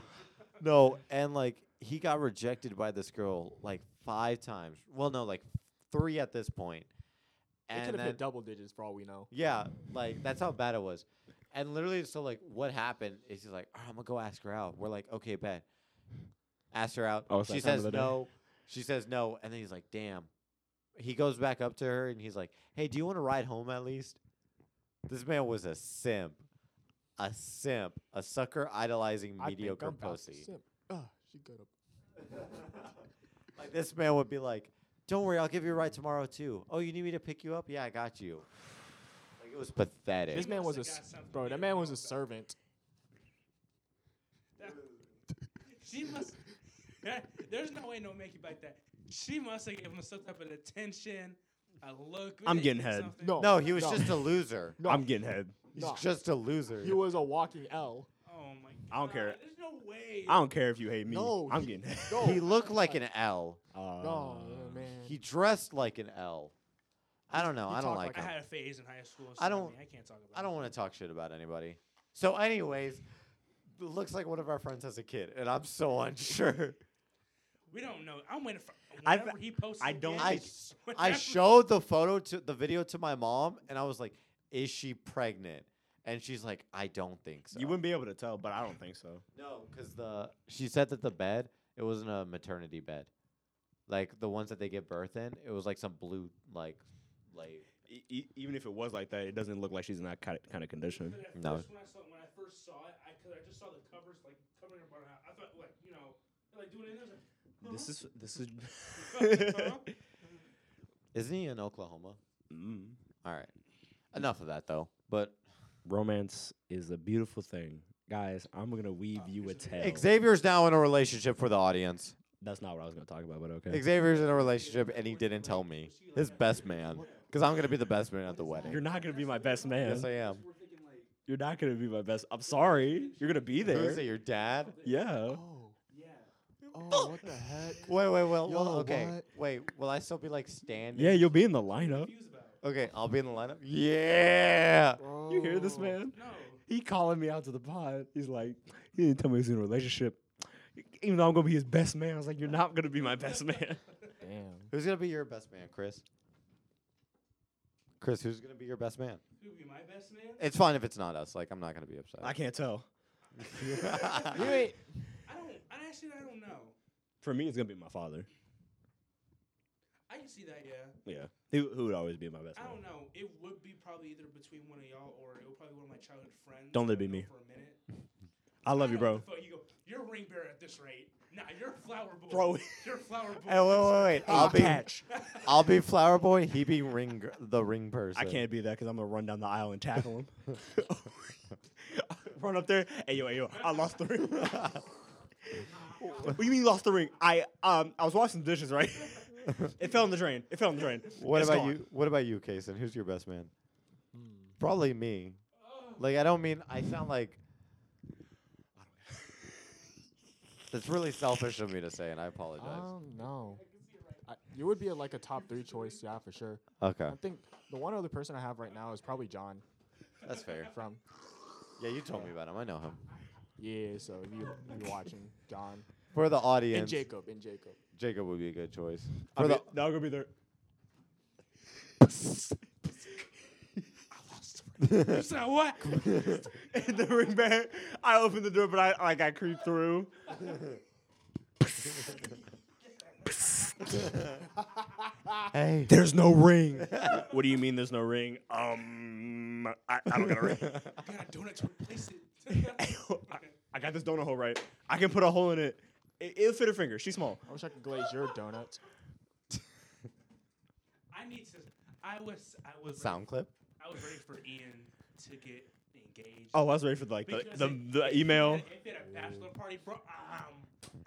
[SPEAKER 3] no, and like he got rejected by this girl like five times. Well, no, like three at this point.
[SPEAKER 4] It could
[SPEAKER 3] And
[SPEAKER 4] have
[SPEAKER 3] then,
[SPEAKER 4] been double digits for all we know.
[SPEAKER 3] yeah, like that's how bad it was. And literally, so like what happened is he's like, "Alright, I'm gonna go ask her out. We're like, okay, bet. asks her out.
[SPEAKER 1] Oh, it's
[SPEAKER 3] she
[SPEAKER 1] that time of
[SPEAKER 3] says
[SPEAKER 1] the day.
[SPEAKER 3] no. She says no, and then he's like, "Damn." He goes back up to her and he's like, "Hey, do you want to ride home at least?" This man was a simp, a simp, a sucker idolizing
[SPEAKER 4] I think
[SPEAKER 3] mediocre
[SPEAKER 4] I'm about to
[SPEAKER 3] pussy.
[SPEAKER 4] simp. Ah, she got up.
[SPEAKER 3] Like this man would be like, "Don't worry, I'll give you a ride tomorrow too." Oh, you need me to pick you up? Yeah, I got you. Like it was pathetic.
[SPEAKER 4] This man was
[SPEAKER 2] must've
[SPEAKER 4] a
[SPEAKER 2] got
[SPEAKER 4] s-
[SPEAKER 2] something
[SPEAKER 4] bro.
[SPEAKER 2] to
[SPEAKER 4] That
[SPEAKER 2] do
[SPEAKER 4] man
[SPEAKER 2] with
[SPEAKER 4] was a
[SPEAKER 2] that.
[SPEAKER 4] servant.
[SPEAKER 2] That- she must. there's no way no make you like that. She must have given him some type of attention, a look.
[SPEAKER 1] I'm
[SPEAKER 2] maybe
[SPEAKER 1] getting head.
[SPEAKER 2] something.
[SPEAKER 4] No.
[SPEAKER 3] no, he was
[SPEAKER 4] No.
[SPEAKER 3] just a loser.
[SPEAKER 4] No,
[SPEAKER 1] I'm getting head.
[SPEAKER 3] He's
[SPEAKER 4] No.
[SPEAKER 3] just a loser.
[SPEAKER 4] he was a walking L.
[SPEAKER 2] Oh my god.
[SPEAKER 1] I don't care.
[SPEAKER 2] There's no way.
[SPEAKER 1] I don't care if you hate me.
[SPEAKER 4] No,
[SPEAKER 1] I'm
[SPEAKER 4] he-
[SPEAKER 1] getting head.
[SPEAKER 4] No.
[SPEAKER 3] he looked like an L.
[SPEAKER 1] Uh,
[SPEAKER 4] No, Oh, man.
[SPEAKER 3] He dressed like an L. I don't know. I
[SPEAKER 4] he
[SPEAKER 3] don't
[SPEAKER 4] talked
[SPEAKER 3] like
[SPEAKER 4] like
[SPEAKER 2] I
[SPEAKER 3] him.
[SPEAKER 2] had a phase in high school. So
[SPEAKER 3] I
[SPEAKER 2] I
[SPEAKER 3] don't-
[SPEAKER 2] don't. I, mean, I can't talk about.
[SPEAKER 3] I don't want to talk shit about anybody. So, anyways, it looks like one of our friends has a kid, and I'm so unsure.
[SPEAKER 2] It. We don't know. I'm waiting for.
[SPEAKER 1] I've-
[SPEAKER 2] Whenever he posts.
[SPEAKER 1] I don't-
[SPEAKER 3] I
[SPEAKER 2] Again,
[SPEAKER 3] s- I
[SPEAKER 2] whenever-
[SPEAKER 3] showed the photo to the video to my mom, and I was like, "Is she pregnant?" And she's like, "I don't think so."
[SPEAKER 1] You wouldn't be able to tell, but I don't think so.
[SPEAKER 3] no, because the she said that the bed it wasn't a maternity bed, like the ones that they give birth in. It was like some blue like like
[SPEAKER 1] E- e- even if it was like that, it doesn't look like she's in that kind of, kind of condition.
[SPEAKER 2] But at
[SPEAKER 3] No.
[SPEAKER 2] First, when, I saw, when I first saw it, I, cause I just saw the covers like covering up on her. I thought like you know they're like doing it. and I was Like,
[SPEAKER 1] This
[SPEAKER 2] huh?
[SPEAKER 1] is this is.
[SPEAKER 3] Isn't he in Oklahoma?
[SPEAKER 1] Mm.
[SPEAKER 3] All right. Enough of that though. But
[SPEAKER 1] Romance is a beautiful thing, guys. I'm gonna weave
[SPEAKER 2] Oh,
[SPEAKER 1] you a
[SPEAKER 2] it's a-
[SPEAKER 1] tale.
[SPEAKER 3] Xavier's now in a relationship for the audience.
[SPEAKER 1] That's not what I was gonna talk about, but okay.
[SPEAKER 3] Xavier's in a relationship and he didn't tell me. His best man. Because I'm gonna be the best man at the
[SPEAKER 1] You're
[SPEAKER 3] wedding.
[SPEAKER 1] not gonna be my best man.
[SPEAKER 3] Yes, I am.
[SPEAKER 2] We're thinking like
[SPEAKER 1] You're not gonna be my best. I'm sorry. You're gonna be
[SPEAKER 3] Who is
[SPEAKER 1] there.
[SPEAKER 3] it? Your dad?
[SPEAKER 1] Yeah.
[SPEAKER 4] Oh,
[SPEAKER 2] yeah.
[SPEAKER 4] oh, what the heck?
[SPEAKER 3] Wait, wait, well, well
[SPEAKER 4] Yo,
[SPEAKER 3] okay.
[SPEAKER 4] what?
[SPEAKER 3] Wait, will I still be like standing?
[SPEAKER 1] Yeah, you'll be in the lineup.
[SPEAKER 2] Confused about. it.
[SPEAKER 3] Okay, I'll be in the lineup. Yeah.
[SPEAKER 1] You hear this
[SPEAKER 4] Bro.
[SPEAKER 1] man?
[SPEAKER 2] No.
[SPEAKER 1] He calling me out to the pod. He's like, he didn't tell me he was in a relationship. Even though I'm gonna be his best man, I was like, you're not gonna be my best man.
[SPEAKER 4] Damn.
[SPEAKER 3] Who's gonna be your best man, Chris? Chris, who's gonna be your best man?
[SPEAKER 2] Who'd be my best man?
[SPEAKER 3] It's fine if it's not us. Like I'm not gonna be
[SPEAKER 1] I
[SPEAKER 3] upset.
[SPEAKER 1] can't tell.
[SPEAKER 2] You ain't- I don't. I actually I don't know.
[SPEAKER 1] For me, it's gonna be my father.
[SPEAKER 2] I can see that. Yeah.
[SPEAKER 1] Yeah, who, who would always be my best
[SPEAKER 2] I
[SPEAKER 1] man?
[SPEAKER 2] don't know. It would be probably either between one of y'all or it would probably be one of my childhood friends.
[SPEAKER 1] Don't let it
[SPEAKER 2] that I've
[SPEAKER 1] be
[SPEAKER 2] known
[SPEAKER 1] me.
[SPEAKER 2] For a minute.
[SPEAKER 1] I love you,
[SPEAKER 2] know
[SPEAKER 1] bro.
[SPEAKER 2] what the fuck You go. You're a ring bearer at this rate. Nah, you're a flower boy.
[SPEAKER 1] Bro.
[SPEAKER 2] You're a flower boy.
[SPEAKER 3] Hey, wait, wait,
[SPEAKER 1] Hey,
[SPEAKER 3] wait. I'll be
[SPEAKER 1] Patch.
[SPEAKER 3] I'll be flower boy. He be ring gir- the ring person.
[SPEAKER 1] I can't be that because I'm gonna run down the aisle and tackle him. run up there. Hey yo, hey yo, I lost the ring. what do you mean you lost the ring? I um I was washing the dishes, right? it fell in the drain. It fell in the drain.
[SPEAKER 3] What
[SPEAKER 1] It's
[SPEAKER 3] about
[SPEAKER 1] gone.
[SPEAKER 3] you? What about you, Kason? Who's your best man? Probably me. Like I don't mean I sound like. That's really selfish of me to say, and I apologize.
[SPEAKER 4] Um, no. I, you would be a, like a top three choice, yeah, for sure.
[SPEAKER 3] okay,
[SPEAKER 4] I think the one other person I have right now is probably John
[SPEAKER 3] that's fair.
[SPEAKER 4] from.
[SPEAKER 3] Yeah, you told me about him. I know him.
[SPEAKER 4] Yeah, so if you you watching John
[SPEAKER 3] For the
[SPEAKER 4] and
[SPEAKER 3] audience,
[SPEAKER 4] Jacob and Jacob.
[SPEAKER 3] Jacob would be a good choice.
[SPEAKER 1] I'll
[SPEAKER 3] For
[SPEAKER 1] be,
[SPEAKER 3] the
[SPEAKER 1] no, I'm gonna be there.
[SPEAKER 2] You said what?
[SPEAKER 1] And the ring bearer. I opened the door, but I like I creeped through.
[SPEAKER 3] hey,
[SPEAKER 1] There's no ring. what do you mean there's no ring? Um, I, I don't got a ring.
[SPEAKER 2] I got a donut to replace it.
[SPEAKER 1] I, I got this donut hole right. I can put a hole in it. it it'll fit her finger. She's small.
[SPEAKER 4] I wish I could glaze your donuts.
[SPEAKER 2] I need to. I was. I was. ready-
[SPEAKER 3] sound clip.
[SPEAKER 2] I was ready for Ian to get engaged.
[SPEAKER 1] Oh, I was ready for like the,
[SPEAKER 2] Because
[SPEAKER 1] the,
[SPEAKER 2] if- if
[SPEAKER 1] the
[SPEAKER 2] he had-
[SPEAKER 1] email.
[SPEAKER 2] If he had a bachelor party, bro, um,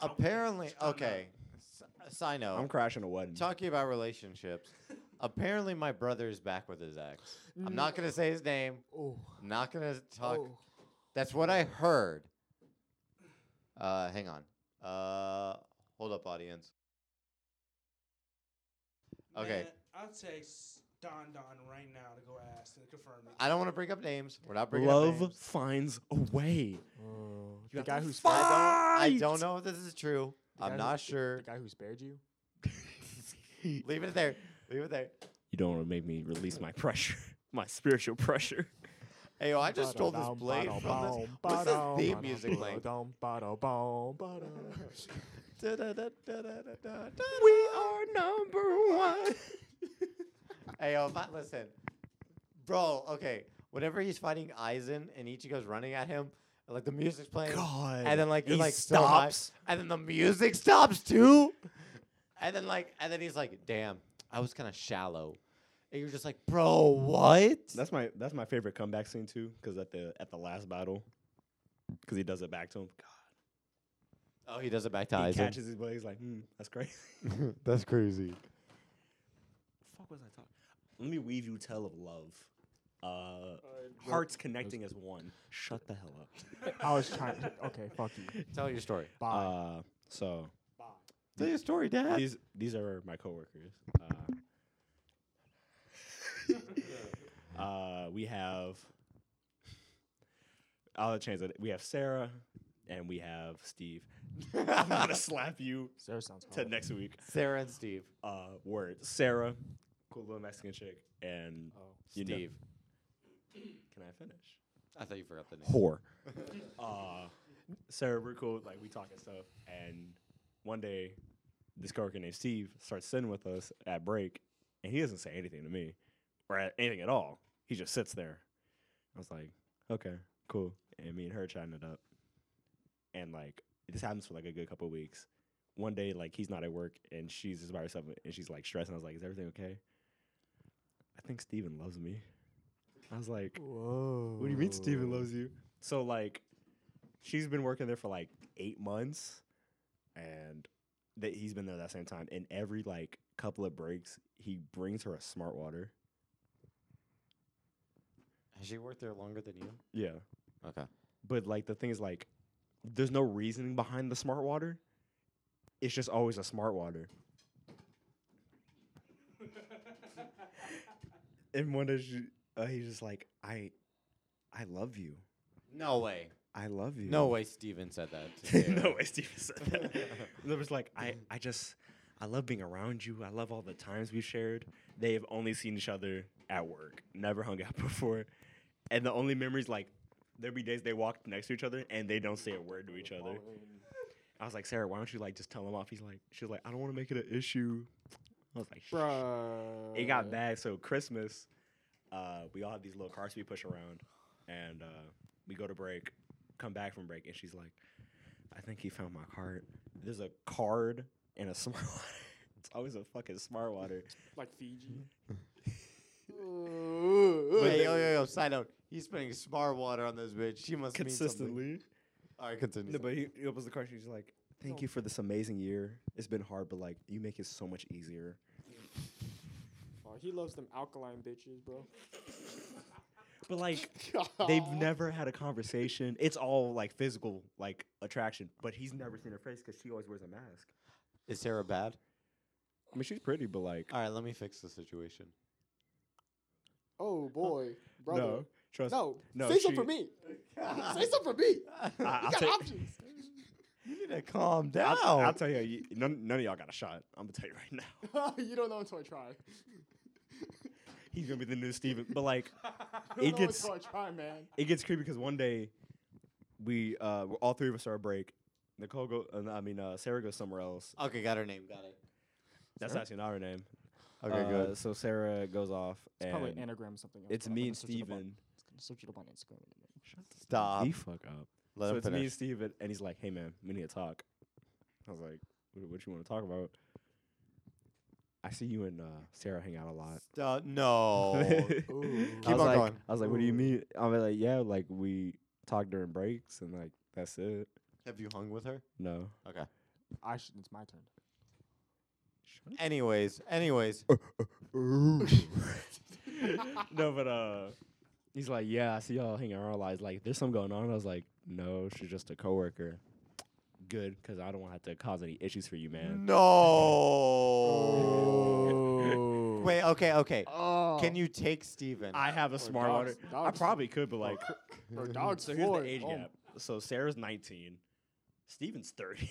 [SPEAKER 3] Apparently,
[SPEAKER 2] I'm out.
[SPEAKER 3] okay. S- side note.
[SPEAKER 1] I'm crashing a wedding.
[SPEAKER 3] Talking about relationships, apparently my brother is back with his ex. I'm not gonna say his name.
[SPEAKER 4] Oh,
[SPEAKER 3] Not gonna talk.
[SPEAKER 4] oh.
[SPEAKER 3] That's what I heard. Uh, hang on. Uh, hold up, audience. Okay.
[SPEAKER 2] Man, I'll text Don Don right now to go ask and confirm it.
[SPEAKER 3] I don't want to bring up names. We're not bringing up
[SPEAKER 1] Love
[SPEAKER 3] names.
[SPEAKER 1] finds a way.
[SPEAKER 4] oh.
[SPEAKER 1] You
[SPEAKER 4] The
[SPEAKER 1] have
[SPEAKER 4] guy
[SPEAKER 1] to
[SPEAKER 4] who
[SPEAKER 1] fight.
[SPEAKER 4] spared you.
[SPEAKER 3] I
[SPEAKER 1] Fight!
[SPEAKER 3] don't know if this is true.
[SPEAKER 4] The guy
[SPEAKER 3] I'm
[SPEAKER 4] who-
[SPEAKER 3] not
[SPEAKER 4] the-
[SPEAKER 3] sure.
[SPEAKER 4] The guy who spared you.
[SPEAKER 1] you
[SPEAKER 3] Leave it there. Leave it there.
[SPEAKER 1] don't want to make me release my pressure, my spiritual pressure.
[SPEAKER 3] Hey, yo, I just stole this blade from this. What's this theme music playing? We are number one. hey, yo, if I, listen, bro. Okay, whenever he's fighting Aizen and Ichigo's running at him, and, like the music's playing,
[SPEAKER 1] God.
[SPEAKER 3] and then like you're
[SPEAKER 1] He
[SPEAKER 3] like so high,
[SPEAKER 1] stops.
[SPEAKER 3] and then the music stops too, and then like, and then he's like, "Damn, I was kind of shallow," and you're just like, "Bro, what?"
[SPEAKER 1] That's my that's my favorite comeback scene too, because at the at the last battle, because he does it back to him. God,
[SPEAKER 3] oh, he does it back to
[SPEAKER 1] he
[SPEAKER 3] Aizen.
[SPEAKER 1] catches his blade. He's like, hmm, that's crazy.
[SPEAKER 3] That's crazy.
[SPEAKER 1] fuck was I talking? Let me weave you tale of love. Uh, hearts connecting as one. Shut the hell up.
[SPEAKER 4] I was trying. To, okay, fuck you.
[SPEAKER 3] Tell your story.
[SPEAKER 4] Bye.
[SPEAKER 1] Uh, so
[SPEAKER 3] Tell your story, Dad.
[SPEAKER 1] these these are my coworkers. Uh, uh, we have I'll change it. We have Sarah and we have Steve. I'm gonna slap you
[SPEAKER 4] Sarah sounds.
[SPEAKER 1] to
[SPEAKER 4] horrible.
[SPEAKER 1] next week.
[SPEAKER 3] Sarah and Steve.
[SPEAKER 1] Uh, word Sarah, cool little Mexican chick, and
[SPEAKER 4] Oh,
[SPEAKER 1] you know-
[SPEAKER 3] Steve.
[SPEAKER 1] can I finish?
[SPEAKER 3] I thought you forgot the name.
[SPEAKER 1] whore. uh, Sarah, we're cool. Like we talking stuff, and one day, this coworker named Steve starts sitting with us at break, and he doesn't say anything to me or a- anything at all. He just sits there. I was like, okay, cool. And me and her chatting it up, and like this happens for like a good couple of weeks. One day, like he's not at work, and she's just by herself, and she's like stressing. I was like, is everything okay? I think Steven loves me. I was like,
[SPEAKER 4] Whoa.
[SPEAKER 1] what do you mean Steven loves you? So like she's been working there for like eight months and that he's been there that same time. And every like couple of breaks, he brings her a smart water.
[SPEAKER 3] Has she worked there longer than you?
[SPEAKER 1] Yeah.
[SPEAKER 3] Okay.
[SPEAKER 1] But like the thing is like there's no reasoning behind the smart water. It's just always a smart water. and one day she, uh, he's just like, I I love you.
[SPEAKER 3] No way.
[SPEAKER 1] I love you.
[SPEAKER 3] No way Steven said that. to Sarah.
[SPEAKER 1] no way Steven said that. It was like, I, I just, I love being around you. I love all the times we've shared. They've only seen each other at work, never hung out before. And the only memories, like, there'd be days they walk next to each other and they don't say a word to each other. I was like, Sarah, why don't you, like, just tell him off? He's like, she's like, I don't want to make it an issue. I was like, "Shh."
[SPEAKER 4] Bruh.
[SPEAKER 1] it got bad. So Christmas, uh, we all have these little carts we push around, and uh, we go to break, come back from break, and she's like, "I think he found my cart." There's a card and a smart water. It's always a fucking smart water.
[SPEAKER 4] Like Fiji.
[SPEAKER 1] Mm-hmm.
[SPEAKER 3] Hey, yo,
[SPEAKER 4] oh,
[SPEAKER 3] yo, yo, side note. He's spending smart water on this bitch. She must Mean something.
[SPEAKER 1] Consistently,
[SPEAKER 3] All right, continue.
[SPEAKER 1] no, but he, he opens the cart. She's like, "Thank you for this amazing year. It's been hard, but like you make it so much easier."
[SPEAKER 4] Oh, he loves them alkaline bitches, bro.
[SPEAKER 1] But like, They've never had a conversation. It's all like physical, like attraction. But he's never seen her face because she always wears a mask.
[SPEAKER 3] Is Sarah bad?
[SPEAKER 1] I mean, she's pretty, but like,
[SPEAKER 3] All right, let me fix the situation.
[SPEAKER 4] Oh boy, brother.
[SPEAKER 1] no, trust
[SPEAKER 4] No.
[SPEAKER 1] No,
[SPEAKER 4] Say something
[SPEAKER 1] she-
[SPEAKER 4] for me. Say something for me.
[SPEAKER 1] I-
[SPEAKER 4] You
[SPEAKER 1] I'll,
[SPEAKER 4] got
[SPEAKER 1] tell-
[SPEAKER 4] options.
[SPEAKER 3] You need to calm down.
[SPEAKER 1] I'll- I'll tell you, you none, none of y'all got a shot. I'm gonna tell you right now.
[SPEAKER 4] you don't know until I try.
[SPEAKER 1] He's gonna be the new Steven. But like,
[SPEAKER 4] You
[SPEAKER 1] it
[SPEAKER 4] don't know
[SPEAKER 1] gets
[SPEAKER 4] until I try, man.
[SPEAKER 1] it gets creepy because one day we uh we're- all three of us are at break. Nicole go, uh, I mean uh, Sarah goes somewhere else.
[SPEAKER 3] okay, got her name. Got it.
[SPEAKER 1] That's
[SPEAKER 3] Sarah?
[SPEAKER 1] actually not her name.
[SPEAKER 3] Okay,
[SPEAKER 1] Uh,
[SPEAKER 3] good.
[SPEAKER 1] So Sarah goes off,
[SPEAKER 4] It's
[SPEAKER 1] and
[SPEAKER 4] probably an anagram or something. else,
[SPEAKER 1] it's
[SPEAKER 4] but I'm
[SPEAKER 1] me
[SPEAKER 4] gonna
[SPEAKER 1] and
[SPEAKER 4] search it up on-
[SPEAKER 1] Steven.
[SPEAKER 4] I'm gonna Search it up on Instagram. in a minute.
[SPEAKER 3] Stop.
[SPEAKER 1] He fuck up.
[SPEAKER 3] Let
[SPEAKER 1] so
[SPEAKER 3] him
[SPEAKER 1] it's me and
[SPEAKER 3] finish.
[SPEAKER 1] Steven, and he's like, "Hey man, we need to talk." I was like, "What, what you want to talk about?" I see you and uh, Sarah hang out a lot.
[SPEAKER 3] Stop. uh, No.
[SPEAKER 1] I was
[SPEAKER 3] Keep on
[SPEAKER 1] like,
[SPEAKER 3] going.
[SPEAKER 1] I was like, "What do you
[SPEAKER 4] Ooh.
[SPEAKER 1] mean?" I was like, "Yeah, like we talk during breaks, and like that's it."
[SPEAKER 3] Have you hung with her?
[SPEAKER 1] No.
[SPEAKER 3] Okay.
[SPEAKER 4] I should. It's my turn.
[SPEAKER 3] Anyways, anyways.
[SPEAKER 1] no, but uh, he's like, "Yeah, I see y'all hanging out a lot." He's like, "There's something going on." I was like, "No, she's just a coworker." Good, because I don't want to have to cause any issues for you, man. Oh.
[SPEAKER 3] No. Wait, okay, okay.
[SPEAKER 4] Oh.
[SPEAKER 3] Can you take Steven?
[SPEAKER 1] I have a smart water.
[SPEAKER 4] dogs-
[SPEAKER 1] I
[SPEAKER 4] dogs-
[SPEAKER 1] probably could, but like,
[SPEAKER 4] Or dogs
[SPEAKER 1] So here's the
[SPEAKER 4] floored.
[SPEAKER 1] age
[SPEAKER 4] Oh,
[SPEAKER 1] gap. So Sarah's 19, Steven's 30.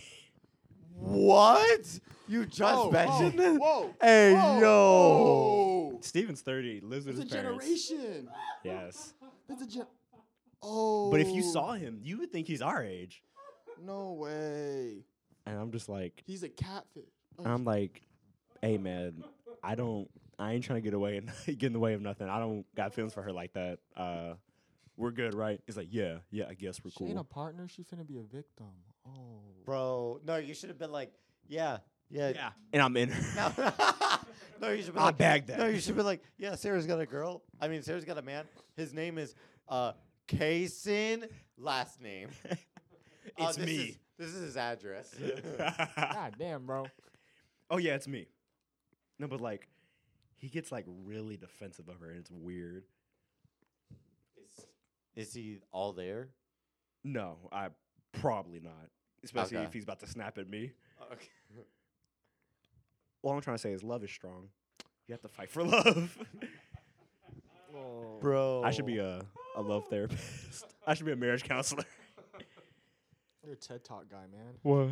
[SPEAKER 3] what? You just
[SPEAKER 4] Whoa,
[SPEAKER 3] mentioned
[SPEAKER 4] whoa,
[SPEAKER 3] this?
[SPEAKER 4] whoa,
[SPEAKER 3] Hey,
[SPEAKER 4] Oh, whoa, Oh.
[SPEAKER 3] yo.
[SPEAKER 4] whoa.
[SPEAKER 1] Steven's 30, lives with
[SPEAKER 4] It's a
[SPEAKER 1] his parents.
[SPEAKER 4] generation.
[SPEAKER 1] Yes.
[SPEAKER 4] That's a gen.
[SPEAKER 5] Oh.
[SPEAKER 1] But if you saw him, you would think he's our age.
[SPEAKER 4] Oh,
[SPEAKER 5] No way.
[SPEAKER 1] And I'm just like,
[SPEAKER 5] He's a catfish. Oh,
[SPEAKER 3] Mm.
[SPEAKER 1] I'm like, hey man, I don't, I ain't trying to get away and get in the way of nothing. I don't got feelings for her like that. Uh, we're good, right? It's like, yeah, yeah, I guess we're
[SPEAKER 5] she ain't a
[SPEAKER 1] cool.
[SPEAKER 5] partner. She finna be a victim. Oh.
[SPEAKER 3] bro. No, you should have been like, yeah, yeah.
[SPEAKER 1] Yeah, and I'm in her.
[SPEAKER 3] No, no, you should. Be
[SPEAKER 1] I
[SPEAKER 3] like,
[SPEAKER 1] bagged that.
[SPEAKER 3] No, you should be like, yeah. Sarah's got a girl. I mean, Sarah's got a man. His name is uh, Kaysen. Last name. Uh,
[SPEAKER 1] it's
[SPEAKER 3] this
[SPEAKER 1] me.
[SPEAKER 3] is- this is his address.
[SPEAKER 4] God damn, bro.
[SPEAKER 1] oh yeah, it's me. No, but like, he gets like really defensive of her, and it's weird.
[SPEAKER 3] is he all there?
[SPEAKER 1] No, I probably not. Especially
[SPEAKER 3] Okay.
[SPEAKER 1] if he's about to snap at me.
[SPEAKER 3] Okay.
[SPEAKER 1] All I'm trying to say is love is strong. You have to fight for love.
[SPEAKER 3] Oh. Bro,
[SPEAKER 1] I should be uh, a, a love therapist. I should be a marriage counselor.
[SPEAKER 5] You're a TED Talk guy, man.
[SPEAKER 1] What?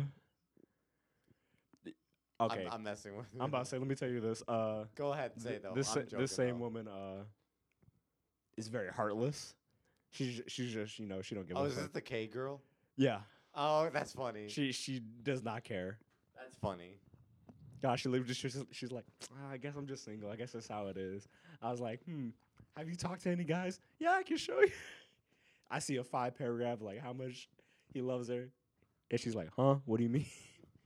[SPEAKER 3] I'm-
[SPEAKER 1] Okay.
[SPEAKER 3] I'm,
[SPEAKER 1] I'm,
[SPEAKER 3] messing with.
[SPEAKER 1] about to say, let me tell you this. Uh,
[SPEAKER 3] Go ahead, say
[SPEAKER 1] th-
[SPEAKER 3] though.
[SPEAKER 1] This,
[SPEAKER 3] I'm
[SPEAKER 1] sa-
[SPEAKER 3] joking,
[SPEAKER 1] this same
[SPEAKER 3] though.
[SPEAKER 1] woman uh, is very heartless. She's, ju- she's just, you know, she don't give
[SPEAKER 3] Oh,
[SPEAKER 1] a
[SPEAKER 3] is this
[SPEAKER 1] fuck.
[SPEAKER 3] the K girl?
[SPEAKER 1] Yeah.
[SPEAKER 3] Oh, that's funny.
[SPEAKER 1] She she does not care.
[SPEAKER 3] that's funny.
[SPEAKER 1] God, she literally just, she's, she's like, "Ah, I guess I'm just single. I guess that's how it is. I was like, hmm, have you talked to any guys? Yeah, I can show you. I see a five paragraph, like how much he loves her. And she's like, huh? What do you mean?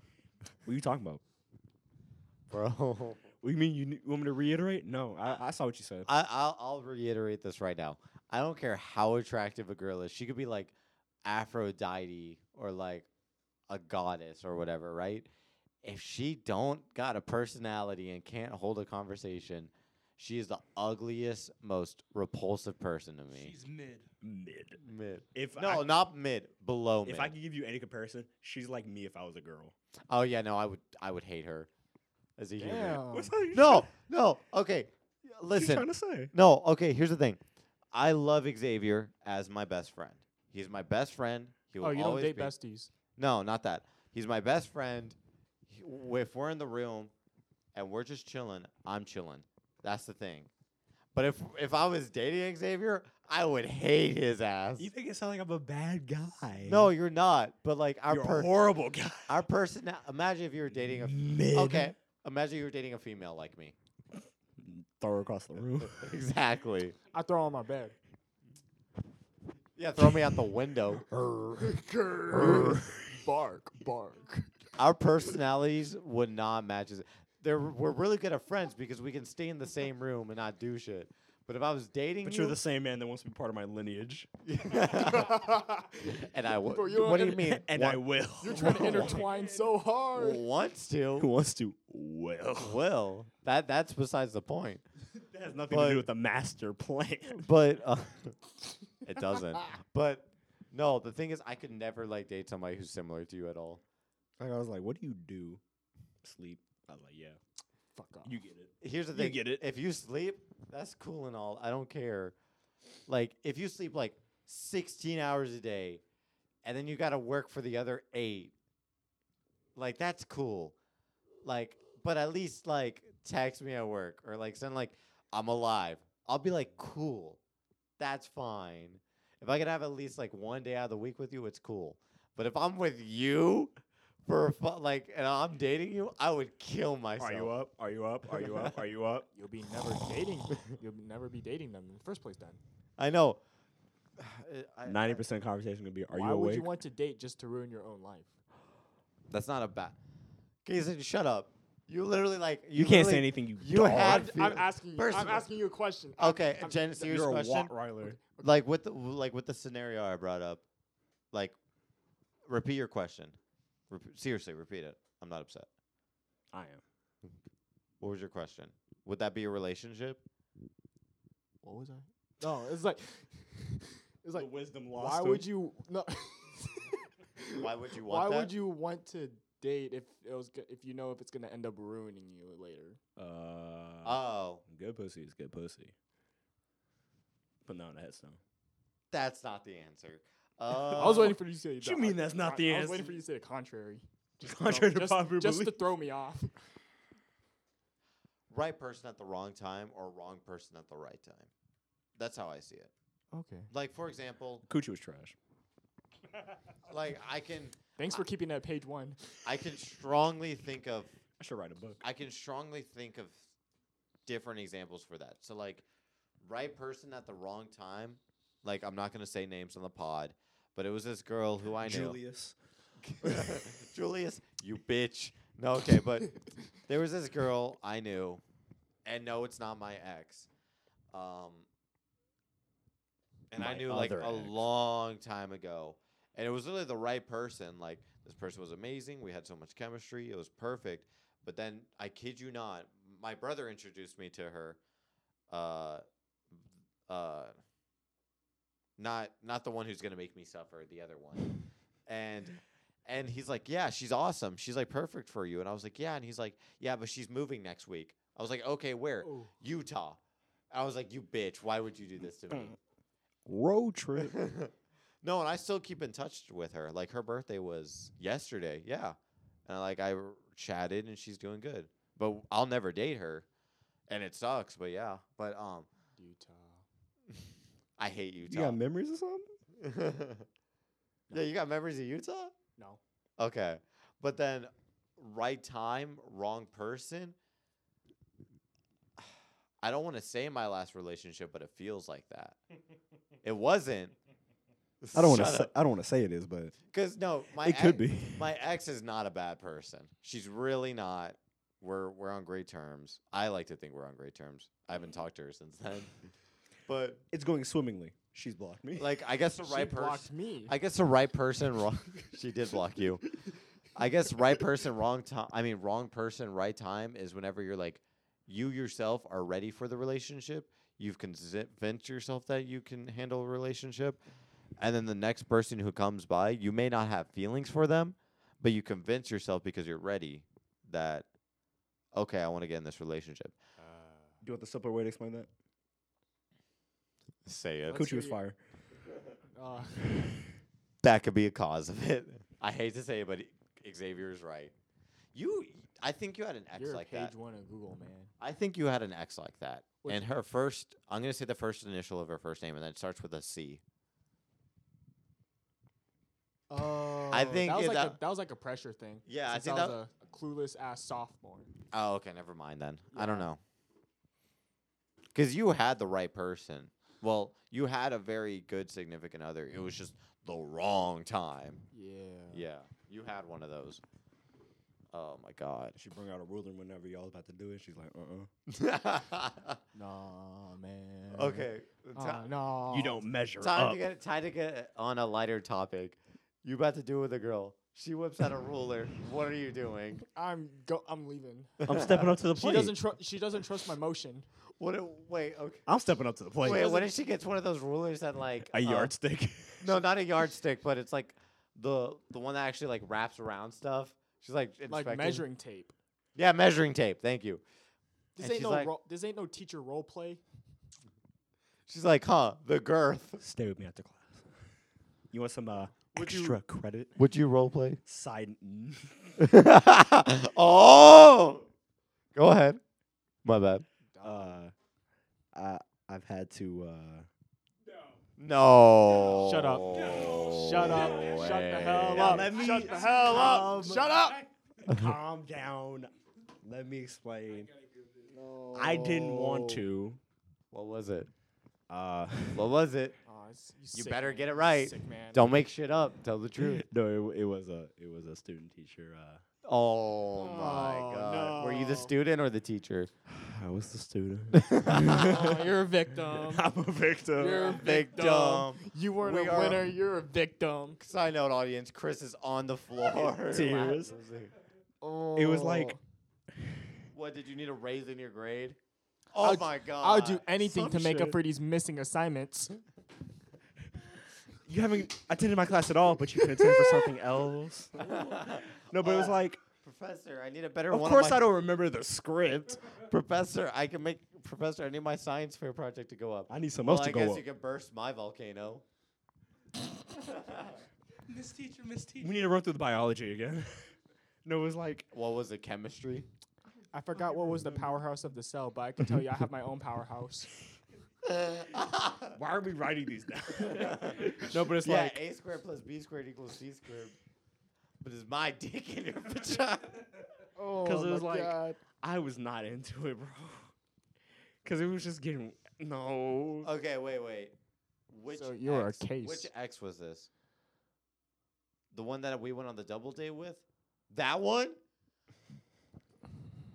[SPEAKER 1] what are you talking about?
[SPEAKER 3] Bro,
[SPEAKER 1] What do you mean? You, ne- you want me to reiterate? No, I, I saw what you said.
[SPEAKER 3] I, I'll, I'll reiterate this right now. I don't care how attractive a girl is. She could be like Aphrodite or like a goddess or whatever, right? If she don't got a personality and can't hold a conversation, she is the ugliest, most repulsive person to me.
[SPEAKER 2] She's mid.
[SPEAKER 1] mid.
[SPEAKER 3] mid.
[SPEAKER 1] If
[SPEAKER 3] No,
[SPEAKER 1] I,
[SPEAKER 3] not mid. Below
[SPEAKER 1] if
[SPEAKER 3] mid.
[SPEAKER 1] I could give you any comparison, she's like me if I was a girl.
[SPEAKER 3] oh yeah, no, I would I would hate her as a human.
[SPEAKER 4] Damn.
[SPEAKER 1] What's that you
[SPEAKER 3] No, no. Okay,
[SPEAKER 1] what you
[SPEAKER 3] listen.
[SPEAKER 1] trying to say?
[SPEAKER 3] No, okay, here's the thing. I love Xavier as my best friend. He's my best friend. He will
[SPEAKER 4] Oh, you don't
[SPEAKER 3] always
[SPEAKER 4] date
[SPEAKER 3] be.
[SPEAKER 4] besties.
[SPEAKER 3] No, not that. He's my best friend. He- w- If we're in the room and we're just chilling, I'm chilling. That's the thing. But if if I was dating Xavier, I would hate his ass.
[SPEAKER 1] You think it sounds like I'm a bad guy?
[SPEAKER 3] No, you're not. But like our
[SPEAKER 1] you're a
[SPEAKER 3] per-
[SPEAKER 1] horrible guy.
[SPEAKER 3] our person. Imagine if you were dating a
[SPEAKER 1] Mid.
[SPEAKER 3] okay. Imagine you were dating a female like me.
[SPEAKER 1] Throw her across the room.
[SPEAKER 3] exactly.
[SPEAKER 4] I throw on my bed.
[SPEAKER 3] Yeah, throw me out the window.
[SPEAKER 5] bark, bark.
[SPEAKER 3] our personalities would not match. as- There, we're really good at friends because we can stay in the same room and not do shit. But if I was dating
[SPEAKER 1] But
[SPEAKER 3] you,
[SPEAKER 1] you're the same man that wants to be part of my lineage.
[SPEAKER 3] and I would.
[SPEAKER 4] Bro, you're
[SPEAKER 3] What do
[SPEAKER 4] an-
[SPEAKER 3] you mean?
[SPEAKER 1] And
[SPEAKER 3] wa-
[SPEAKER 1] I will.
[SPEAKER 4] You're trying to intertwine so hard.
[SPEAKER 3] wants
[SPEAKER 1] Who
[SPEAKER 3] to.
[SPEAKER 1] wants to? Will.
[SPEAKER 3] Will that? That's besides the point.
[SPEAKER 1] That has nothing to
[SPEAKER 3] But-
[SPEAKER 1] do with the master plan.
[SPEAKER 3] But uh, it doesn't.
[SPEAKER 4] Ah,
[SPEAKER 3] But no, the thing is, I could never like date somebody who's similar to you at all.
[SPEAKER 1] Like, I was like, what do you do? Sleep. I was like, yeah.
[SPEAKER 4] Fuck off.
[SPEAKER 1] You get it.
[SPEAKER 3] Here's the
[SPEAKER 1] You
[SPEAKER 3] thing.
[SPEAKER 1] get it.
[SPEAKER 3] If you sleep, that's cool and all. I don't care. Like if you sleep like 16 hours a day and then you got to work for the other 8. Like that's cool. Like but at least like text me at work or like send like I'm alive. I'll be like cool. That's fine. If I could have at least like one day out of the week with you, it's cool. But if I'm with you for fu- like and I'm dating you, I would kill myself.
[SPEAKER 1] Are you up? Are you up? Are you up? Are you up?
[SPEAKER 4] You'll be never dating. You'll be- never be dating them in the first place. Then
[SPEAKER 3] I know.
[SPEAKER 1] Ninety percent conversation gonna be, are
[SPEAKER 4] why
[SPEAKER 1] you
[SPEAKER 4] would
[SPEAKER 1] awake?
[SPEAKER 4] you want to date just to ruin your own life?
[SPEAKER 3] That's not a bad. Jason, shut up. You literally like you,
[SPEAKER 1] You can't say
[SPEAKER 3] literally-
[SPEAKER 1] anything, you
[SPEAKER 3] You
[SPEAKER 1] dog.
[SPEAKER 3] had.
[SPEAKER 4] I'm asking you.
[SPEAKER 3] First
[SPEAKER 4] I'm
[SPEAKER 3] of all-
[SPEAKER 4] asking you a question. I'm-
[SPEAKER 3] Okay,
[SPEAKER 4] I'm-
[SPEAKER 3] Jen, serious
[SPEAKER 1] you're a
[SPEAKER 3] question.
[SPEAKER 1] Rottweiler.
[SPEAKER 3] Like with the like with the scenario I brought up, like repeat your question. Rep- seriously, repeat it. I'm not upset.
[SPEAKER 1] I am.
[SPEAKER 3] What was your question? Would that be a relationship?
[SPEAKER 5] What was I?
[SPEAKER 4] No, it's like it's like
[SPEAKER 1] wisdom
[SPEAKER 4] why would you no?
[SPEAKER 3] Why would you
[SPEAKER 4] why
[SPEAKER 3] want
[SPEAKER 4] would
[SPEAKER 3] that?
[SPEAKER 4] you want to date if it was go- if you know if it's gonna end up ruining you later?
[SPEAKER 1] Uh,
[SPEAKER 3] Oh,
[SPEAKER 1] good pussy is good pussy. But not in that stone.
[SPEAKER 3] that's not the answer.
[SPEAKER 4] I was
[SPEAKER 3] Oh.
[SPEAKER 4] waiting for you to say.
[SPEAKER 1] What you mean that's not
[SPEAKER 4] I,
[SPEAKER 1] the
[SPEAKER 4] I was
[SPEAKER 1] answer?
[SPEAKER 4] waiting for you to say the contrary. Just
[SPEAKER 1] Contrary to
[SPEAKER 4] throw, just,
[SPEAKER 1] popular
[SPEAKER 4] just to
[SPEAKER 1] belief.
[SPEAKER 4] throw me off.
[SPEAKER 3] right person at the wrong time or wrong person at the right time. That's how I see it.
[SPEAKER 5] Okay.
[SPEAKER 3] Like for example,
[SPEAKER 1] Coochie was trash.
[SPEAKER 3] like I can
[SPEAKER 4] Thanks for keeping that page one.
[SPEAKER 3] I can strongly think of
[SPEAKER 1] I should write a book.
[SPEAKER 3] I can strongly think of different examples for that. So like right person at the wrong time. Like I'm not gonna say names on the pod, but it was this girl who I knew.
[SPEAKER 1] Julius.
[SPEAKER 3] Julius, you bitch. No, okay, but there was this girl I knew, and no, it's not my ex. Um, and I
[SPEAKER 1] My
[SPEAKER 3] knew like
[SPEAKER 1] other
[SPEAKER 3] a
[SPEAKER 1] ex.
[SPEAKER 3] long time ago, and it was really the right person. Like this person was amazing. We had so much chemistry. It was perfect. But then I kid you not, my brother introduced me to her. Uh, uh, not not the one who's gonna make me suffer. The other one, and and he's like, yeah, she's awesome. She's like perfect for you. And I was like, yeah. And he's like, yeah, but she's moving next week. I was like, okay, where?
[SPEAKER 4] Oh.
[SPEAKER 3] Utah. I was like, you bitch. Why would you do this to me?
[SPEAKER 1] Road trip.
[SPEAKER 3] no, and I still keep in touch with her. Like her birthday was yesterday. Yeah, and like I r- chatted, and she's doing good. But w- I'll never date her, and it sucks. But yeah, but um,
[SPEAKER 5] Utah.
[SPEAKER 3] I hate
[SPEAKER 1] you
[SPEAKER 3] Utah.
[SPEAKER 1] got memories or something?
[SPEAKER 3] yeah, you got memories of Utah?
[SPEAKER 4] No.
[SPEAKER 3] Okay, but then right time, wrong person. I don't want to say my last relationship, but it feels like that. It wasn't.
[SPEAKER 1] I don't want to.
[SPEAKER 3] Shut
[SPEAKER 1] Say,
[SPEAKER 3] up.
[SPEAKER 1] I don't want to say it is, but
[SPEAKER 3] Cause no, my
[SPEAKER 1] it could
[SPEAKER 3] ex-
[SPEAKER 1] be.
[SPEAKER 3] My ex is not a bad person. She's really not. We're we're on great terms. I like to think we're on great terms. I haven't talked to her since then. but
[SPEAKER 1] It's going swimmingly. She's blocked me.
[SPEAKER 3] like, I guess the right
[SPEAKER 4] she
[SPEAKER 3] person.
[SPEAKER 4] blocked me.
[SPEAKER 3] I guess the right person. Wrong. she did block you. I guess right person, wrong time. I mean, wrong person, right time is whenever you're like, you yourself are ready for the relationship. You've convinced yourself that you can handle a relationship. And then the next person who comes by, you may not have feelings for them, but you convince yourself because you're ready that, okay, I want to get in this relationship.
[SPEAKER 1] Do you want the simpler way to explain that?
[SPEAKER 3] Say it.
[SPEAKER 4] Let's
[SPEAKER 1] Coochie was
[SPEAKER 4] hear
[SPEAKER 1] fire.
[SPEAKER 4] Uh,
[SPEAKER 3] that could be a cause of it. I hate to say it, but Xavier's right. You, I think you had an ex
[SPEAKER 4] you're
[SPEAKER 3] like
[SPEAKER 4] page
[SPEAKER 3] that.
[SPEAKER 4] one of Google, man.
[SPEAKER 3] I think you had an ex like that.
[SPEAKER 4] Which-
[SPEAKER 3] and her first, I'm gonna say the first initial of her first name, and then it starts with a C.
[SPEAKER 4] Oh,
[SPEAKER 3] think
[SPEAKER 4] that was,
[SPEAKER 3] it-
[SPEAKER 4] like
[SPEAKER 3] that-
[SPEAKER 4] a, that was like a pressure thing.
[SPEAKER 3] Yeah, I
[SPEAKER 4] since
[SPEAKER 3] think
[SPEAKER 4] I
[SPEAKER 3] that-
[SPEAKER 4] was a clueless ass sophomore.
[SPEAKER 3] Oh, okay, never mind then. I don't know. Because you had the right person. Well, you had a very good significant other. It was just the wrong time.
[SPEAKER 5] Yeah.
[SPEAKER 3] Yeah, you had one of those. Oh my god.
[SPEAKER 1] She bring out a ruler whenever y'all about to do it. She's like, uh, uh
[SPEAKER 5] Nah, man.
[SPEAKER 3] okay. ti-
[SPEAKER 4] Uh, no,
[SPEAKER 1] measure
[SPEAKER 3] Time to get time to get on a lighter topic. You about to do with a girl. She whips out a ruler. What are you doing?
[SPEAKER 4] I'm go. I'm leaving.
[SPEAKER 1] I'm stepping up to the
[SPEAKER 4] She
[SPEAKER 1] plate.
[SPEAKER 4] doesn't. Tr- she doesn't trust my motion.
[SPEAKER 3] What? a- Wait. Okay.
[SPEAKER 1] I'm stepping up to the plate.
[SPEAKER 3] Wait. What if she gets one of those rulers that like
[SPEAKER 1] a
[SPEAKER 3] uh,
[SPEAKER 1] yardstick.
[SPEAKER 3] no, not a yardstick, but it's like the the one that actually like wraps around stuff. She's like
[SPEAKER 4] Like
[SPEAKER 3] inspecting-
[SPEAKER 4] measuring tape.
[SPEAKER 3] Yeah, measuring tape. Thank you.
[SPEAKER 4] This
[SPEAKER 3] And
[SPEAKER 4] ain't
[SPEAKER 3] she's
[SPEAKER 4] no.
[SPEAKER 3] like-
[SPEAKER 4] ro- this ain't no teacher role play.
[SPEAKER 3] She's like, huh? The girth.
[SPEAKER 1] Stay with me after class. You want some uh,
[SPEAKER 3] Would you-
[SPEAKER 1] extra credit?
[SPEAKER 3] Would you role play?
[SPEAKER 1] Side. n-
[SPEAKER 3] oh. Go ahead. My bad.
[SPEAKER 1] uh, I I've had to. Uh,
[SPEAKER 3] No.
[SPEAKER 4] Shut up. Shut up. Shut the hell up.
[SPEAKER 1] let me
[SPEAKER 4] Shut the hell up.
[SPEAKER 1] calm-
[SPEAKER 4] Shut up.
[SPEAKER 1] calm down. Let me explain. I didn't want to.
[SPEAKER 3] What was it?
[SPEAKER 1] Uh,
[SPEAKER 3] What was it?
[SPEAKER 4] Aw, it's-
[SPEAKER 3] You
[SPEAKER 4] sick,
[SPEAKER 3] better
[SPEAKER 4] man.
[SPEAKER 3] get it right.
[SPEAKER 4] Sick man.
[SPEAKER 3] Don't make shit up. Tell the truth.
[SPEAKER 1] no, it, w- it was a it was a student teacher. Uh,
[SPEAKER 3] Oh, my
[SPEAKER 4] Oh,
[SPEAKER 3] god. Were you the
[SPEAKER 4] no.
[SPEAKER 3] student or the teacher?
[SPEAKER 1] I was the student.
[SPEAKER 3] Oh,
[SPEAKER 1] Um,
[SPEAKER 4] Aw, you're a victim.
[SPEAKER 1] I'm a victim.
[SPEAKER 4] You're a victim. You weren't
[SPEAKER 3] We
[SPEAKER 4] a
[SPEAKER 3] are-
[SPEAKER 4] winner. You're a victim.
[SPEAKER 3] Side note, audience. Chris is on the floor.
[SPEAKER 1] Tears.
[SPEAKER 4] Oh.
[SPEAKER 1] It was like
[SPEAKER 3] What did you need a raise in your grade? Oh
[SPEAKER 4] I'll-
[SPEAKER 3] my god.
[SPEAKER 4] I'll do anything
[SPEAKER 1] some
[SPEAKER 4] to make up
[SPEAKER 1] shit.
[SPEAKER 4] for these missing assignments.
[SPEAKER 1] you haven't attended my class at all, but you can attend for something else. No, but it was
[SPEAKER 3] Oh,
[SPEAKER 1] like,
[SPEAKER 3] Professor, I need a better
[SPEAKER 1] Uh, of
[SPEAKER 3] one.
[SPEAKER 1] course I don't remember the script.
[SPEAKER 3] Professor, I can make Professor, I need my science fair project to go up.
[SPEAKER 1] I need some
[SPEAKER 3] well,
[SPEAKER 1] else
[SPEAKER 3] I
[SPEAKER 1] to go
[SPEAKER 3] guess
[SPEAKER 1] up.
[SPEAKER 3] you can burst my volcano.
[SPEAKER 2] Miss teacher, miss teacher.
[SPEAKER 1] We need to run through the biology again. no, it was like
[SPEAKER 3] what was it? Chemistry?
[SPEAKER 4] I forgot what was the powerhouse of the cell, but I can tell you I have my own powerhouse.
[SPEAKER 1] Why are we writing these down? no, but it's
[SPEAKER 3] yeah,
[SPEAKER 1] like
[SPEAKER 3] a squared plus b squared equals c squared. But is my dick in your vagina?
[SPEAKER 4] Oh,
[SPEAKER 1] it was
[SPEAKER 4] my
[SPEAKER 1] like-
[SPEAKER 4] God.
[SPEAKER 1] I was not into it, bro. Because it was just getting no.
[SPEAKER 3] Okay, wait, wait. Which
[SPEAKER 5] So you're a
[SPEAKER 3] X- Which
[SPEAKER 5] case.
[SPEAKER 3] X was this? The one that we went on the double date with? That one?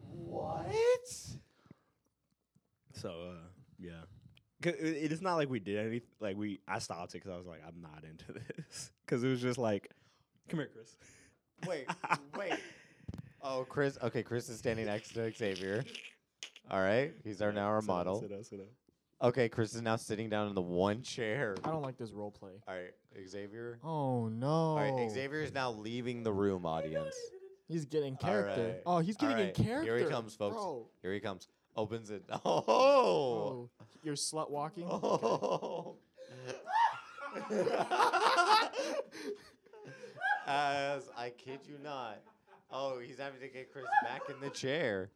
[SPEAKER 3] What?
[SPEAKER 1] So uh, yeah, 'Cause it- it is not like we did anything. Like we, I stopped it because I was like, I'm not into this. Because it was just like, come here, Chris.
[SPEAKER 3] Wait, wait. Oh, Chris. Okay, Chris is standing next to Xavier. All right, he's our now our
[SPEAKER 1] Sit down,
[SPEAKER 3] model.
[SPEAKER 1] sit down, sit down.
[SPEAKER 3] Okay, Chris is now sitting down in the one chair.
[SPEAKER 4] I don't like this role play.
[SPEAKER 3] All right, Xavier.
[SPEAKER 5] Oh no.
[SPEAKER 3] All right, Xavier is now leaving the room, audience.
[SPEAKER 5] He's getting
[SPEAKER 3] All
[SPEAKER 5] character.
[SPEAKER 3] right.
[SPEAKER 5] Oh, he's
[SPEAKER 3] All
[SPEAKER 5] getting
[SPEAKER 3] right,
[SPEAKER 5] in character.
[SPEAKER 3] Here he comes, folks.
[SPEAKER 4] Oh,
[SPEAKER 5] Bro.
[SPEAKER 3] Here he comes. Opens it. Oh.
[SPEAKER 5] Oh, you're slut walking.
[SPEAKER 3] Oh. As I kid you not. Oh, he's having to get Chris back in the chair.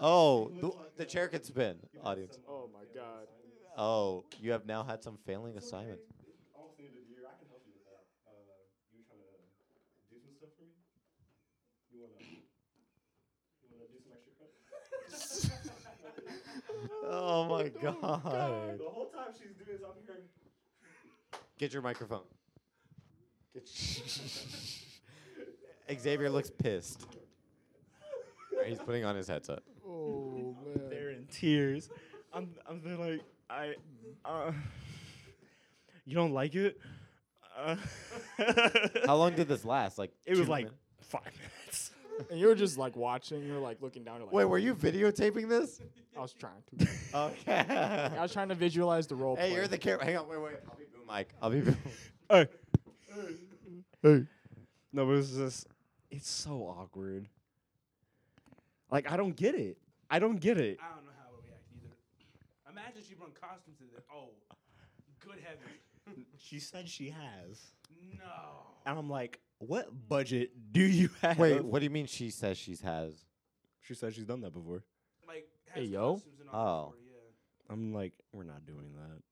[SPEAKER 3] Oh, the, the chair can spin, audience.
[SPEAKER 4] Oh my God.
[SPEAKER 3] Oh, you have now had some failing assignments.
[SPEAKER 1] Almost the end of the year, I can help you with that. Uh, you trying to do some stuff for me? You wanna, you wanna do some extra
[SPEAKER 3] Oh my god.
[SPEAKER 1] The whole time she's doing this, I'm here.
[SPEAKER 3] Get your microphone. Xavier looks pissed. He's putting on his headset.
[SPEAKER 5] Oh man.
[SPEAKER 1] They're in tears. I'm, I'm there like, I, uh, you don't like it? Uh,
[SPEAKER 3] How long did this last? Like
[SPEAKER 1] It was
[SPEAKER 3] two
[SPEAKER 1] like
[SPEAKER 3] minutes?
[SPEAKER 1] five minutes.
[SPEAKER 4] And you were just like watching. You were like looking down. You're like,
[SPEAKER 3] Wait, were you videotaping this?
[SPEAKER 4] I was trying to.
[SPEAKER 3] Okay.
[SPEAKER 4] I was trying to visualize the role
[SPEAKER 3] hey,
[SPEAKER 4] play.
[SPEAKER 3] you're the camera. Hang on, wait, wait. I'll be boom mic. I'll be boom.
[SPEAKER 1] Hey.
[SPEAKER 5] Hey.
[SPEAKER 1] No, but it's just, it's so awkward. Like, I don't get it. I don't get it.
[SPEAKER 2] I don't know how I would react either. Imagine she brought costumes to this. Oh, good heavens.
[SPEAKER 1] She said she has.
[SPEAKER 2] No.
[SPEAKER 1] And I'm like, what budget do you have?
[SPEAKER 3] wait, what do you mean she says she's has?
[SPEAKER 1] She said she's done that before.
[SPEAKER 2] Like,
[SPEAKER 4] Hey,
[SPEAKER 2] has
[SPEAKER 4] yo.
[SPEAKER 2] costumes and all
[SPEAKER 3] Oh.
[SPEAKER 2] that for it, yeah.
[SPEAKER 1] I'm like, we're not doing that.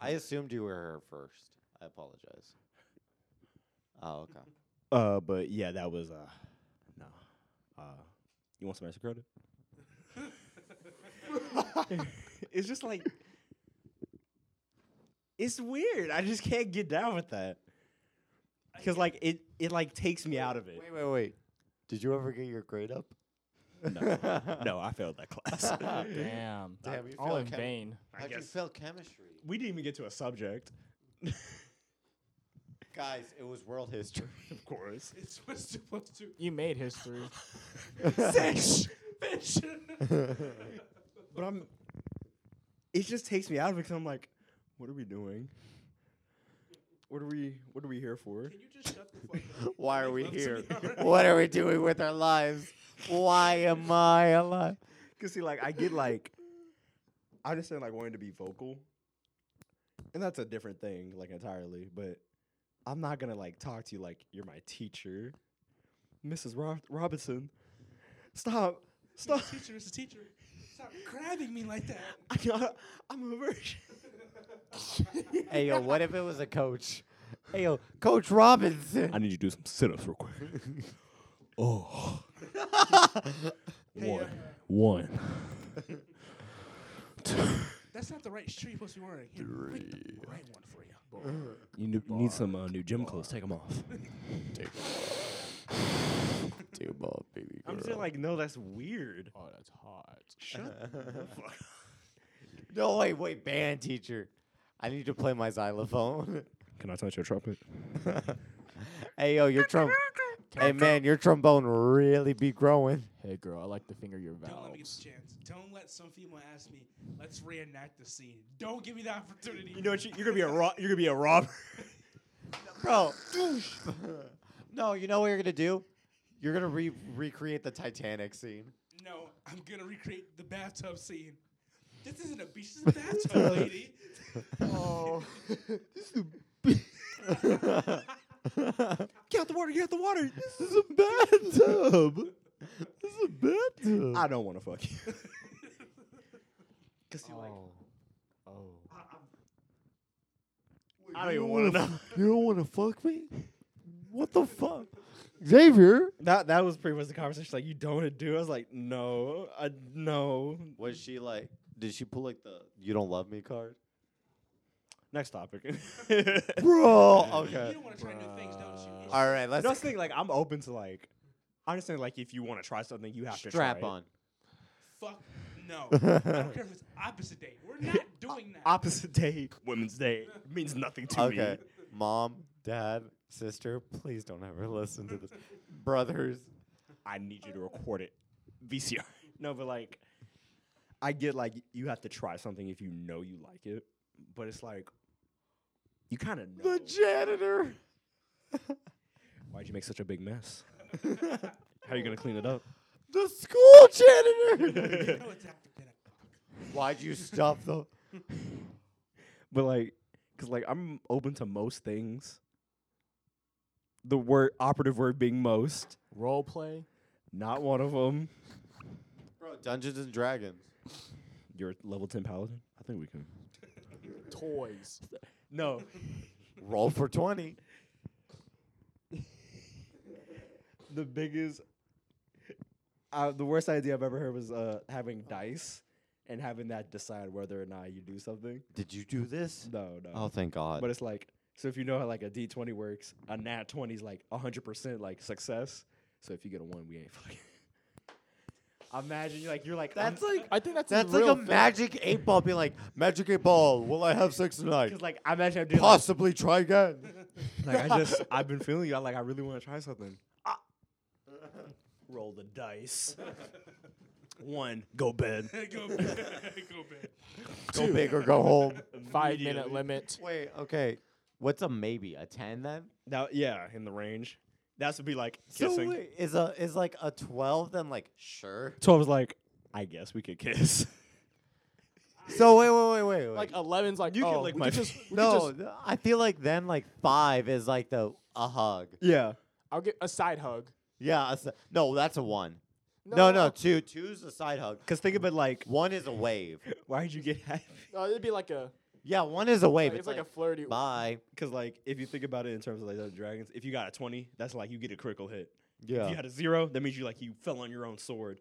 [SPEAKER 3] I assumed you were her first. I apologize. Oh, okay.
[SPEAKER 1] Uh, but yeah, that was uh, no. Uh, you want some extra credit? it's just like, it's weird. I just can't get down with that because like it, it like takes me out of it.
[SPEAKER 3] Wait, wait, wait. Did you ever get your grade up?
[SPEAKER 1] No, no, I failed that class.
[SPEAKER 4] Damn.
[SPEAKER 3] Damn, you
[SPEAKER 4] All
[SPEAKER 3] failed
[SPEAKER 4] in
[SPEAKER 3] chem-
[SPEAKER 4] vain.
[SPEAKER 3] How'd you
[SPEAKER 1] guess-
[SPEAKER 3] fail chemistry?
[SPEAKER 1] we didn't even get to a subject.
[SPEAKER 3] Guys, it was world history.
[SPEAKER 1] Of course,
[SPEAKER 2] It's supposed to. Supposed to
[SPEAKER 4] You made history.
[SPEAKER 1] fish.
[SPEAKER 2] fish.
[SPEAKER 1] But I'm. It just takes me out of it because I'm like, what are we doing? What are we? What are we here for?
[SPEAKER 2] Can you just shut the fuck up?
[SPEAKER 3] Why
[SPEAKER 2] You
[SPEAKER 3] are we
[SPEAKER 2] make love
[SPEAKER 3] here?
[SPEAKER 2] to me already?
[SPEAKER 3] what are we doing with our lives? Why am I alive?
[SPEAKER 1] Cause see, like I get like, I understand like wanting to be vocal, and that's a different thing, like entirely. But I'm not gonna like talk to you like you're my teacher, Mrs. Ro- Robinson. Stop, stop.
[SPEAKER 2] Mrs. teacher, Mrs. Teacher, stop grabbing me like that.
[SPEAKER 1] I, I'm a virgin.
[SPEAKER 3] Hey yo, what if it was a coach? Hey yo, Coach Robinson.
[SPEAKER 1] need you to do some sit-ups real quick. oh,
[SPEAKER 2] Hey, uh,
[SPEAKER 1] one.
[SPEAKER 2] that's not the right shirt you're supposed to be wearing. Here, Three. The right one for you.
[SPEAKER 1] You n- need some uh, new gym clothes. Take them off.
[SPEAKER 3] Two ball baby
[SPEAKER 1] I'm still like, no, that's weird.
[SPEAKER 4] Oh, that's hot.
[SPEAKER 1] Shut the fuck up.
[SPEAKER 3] No, wait, wait, band teacher. I need to play my xylophone.
[SPEAKER 1] Can I touch your trumpet?
[SPEAKER 3] hey yo, your trum. hey man, your trombone really be growing.
[SPEAKER 4] Hey, girl, I like to finger your
[SPEAKER 2] Don't let me get
[SPEAKER 4] valves.
[SPEAKER 2] the chance. Don't let some female ask me, let's reenact the scene. Don't give me the opportunity.
[SPEAKER 1] You know what? You, you're gonna be a ro- you're gonna be a robber.
[SPEAKER 3] Bro. no, you know what you're gonna do? You're gonna re- recreate the Titanic scene.
[SPEAKER 2] No, I'm gonna recreate the bathtub scene. This isn't a beach, this is a bathtub, lady.
[SPEAKER 5] Oh.
[SPEAKER 1] Get out the water! Get out the water!
[SPEAKER 3] This is a bathtub. This is a bathtub.
[SPEAKER 1] I don't want to fuck you. Cause you like, Oh.
[SPEAKER 4] I don't even want to know.
[SPEAKER 5] You don't want to fuck me? What the fuck? Xavier?
[SPEAKER 1] That that was pretty much the conversation. Like, you don't want to do. I was like, no, I, no.
[SPEAKER 3] Was she like? Did she pull like the "You don't love me" card?
[SPEAKER 1] Next topic.
[SPEAKER 3] Bro,
[SPEAKER 2] You
[SPEAKER 3] okay.
[SPEAKER 2] don't want to try new things, don't you? It's-
[SPEAKER 3] All right,
[SPEAKER 1] That's
[SPEAKER 3] let's
[SPEAKER 1] the thing. Like, I'm open to like. I understand. Like, if you want to try something, you have to try
[SPEAKER 3] strap
[SPEAKER 1] it.
[SPEAKER 3] on.
[SPEAKER 2] Fuck no. I don't care if it's opposite day. We're not doing that.
[SPEAKER 1] Opposite day, Women's Day means nothing to me.
[SPEAKER 3] Okay, mom, dad, sister, please don't ever listen to this. Brothers,
[SPEAKER 1] I need you to record it VCR. No, but like, I get like you have to try something if you know you like it, but it's like you kind of know.
[SPEAKER 3] the janitor.
[SPEAKER 1] Why'd you make such a big mess? How are you gonna clean it up?
[SPEAKER 3] The school janitor.
[SPEAKER 2] no, it's after ten o'clock.
[SPEAKER 3] Why'd you stop the?
[SPEAKER 1] But like, cause like I'm open to most things. The word operative word being most,
[SPEAKER 4] Role play.
[SPEAKER 1] not one of them.
[SPEAKER 3] Bro, Dungeons and Dragons.
[SPEAKER 1] You're level ten paladin. I think we can.
[SPEAKER 4] Toys.
[SPEAKER 1] No,
[SPEAKER 3] Roll for twenty.
[SPEAKER 1] the biggest, uh, the worst idea I've ever heard was uh, having dice and having that decide whether or not you do something.
[SPEAKER 3] Did you do this?
[SPEAKER 1] No, no.
[SPEAKER 3] Oh, thank God.
[SPEAKER 1] But it's like, so if you know how like a D twenty works, a nat twenty is like hundred percent like success. So if you get a one, we ain't fucking. Imagine you like you're like
[SPEAKER 3] That's
[SPEAKER 1] I'm-
[SPEAKER 4] I think that's
[SPEAKER 3] That's
[SPEAKER 4] a
[SPEAKER 3] like
[SPEAKER 4] real
[SPEAKER 3] a
[SPEAKER 4] thing.
[SPEAKER 3] magic eight ball being like, magic eight ball, will I have sex tonight?
[SPEAKER 1] Cause like I imagine I'm doing like,
[SPEAKER 3] Possibly try again.
[SPEAKER 1] like, I just I've been feeling you. I like I really want to try something. Ah. Roll the dice. One, go bed.
[SPEAKER 2] go bad. go bad.
[SPEAKER 3] go big or go home.
[SPEAKER 4] Five minute limit.
[SPEAKER 3] Wait, okay. What's a maybe? A ten then?
[SPEAKER 1] Now, yeah, in the range. That's would be like
[SPEAKER 3] So
[SPEAKER 1] kissing.
[SPEAKER 3] wait, is a is like a twelve then like sure?
[SPEAKER 1] so I was like, I guess we could kiss.
[SPEAKER 3] So wait, wait, wait, wait, wait.
[SPEAKER 4] Like 11's like,
[SPEAKER 1] You
[SPEAKER 4] oh,
[SPEAKER 1] can lick
[SPEAKER 4] we
[SPEAKER 1] my
[SPEAKER 4] could just,
[SPEAKER 1] feet.
[SPEAKER 4] we could
[SPEAKER 3] no,
[SPEAKER 4] just-
[SPEAKER 3] th- I feel like then like five is like the a hug.
[SPEAKER 1] yeah.
[SPEAKER 4] I'll get a side hug.
[SPEAKER 3] Yeah, a s- no, that's a one. No, no, two, two's a side hug.
[SPEAKER 1] Cause think of it like,
[SPEAKER 3] One is a wave.
[SPEAKER 1] why'd you get happy?
[SPEAKER 4] no, it'd be like a,
[SPEAKER 3] Yeah, one is a wave.
[SPEAKER 4] like, it's like, a flirty.
[SPEAKER 3] bye.
[SPEAKER 1] Because like, if you think about it in terms of like Dungeons and Dragons, if you got a twenty, that's like you get a critical hit. If you
[SPEAKER 3] Yeah,
[SPEAKER 1] had a zero, that means you like you fell on your own sword.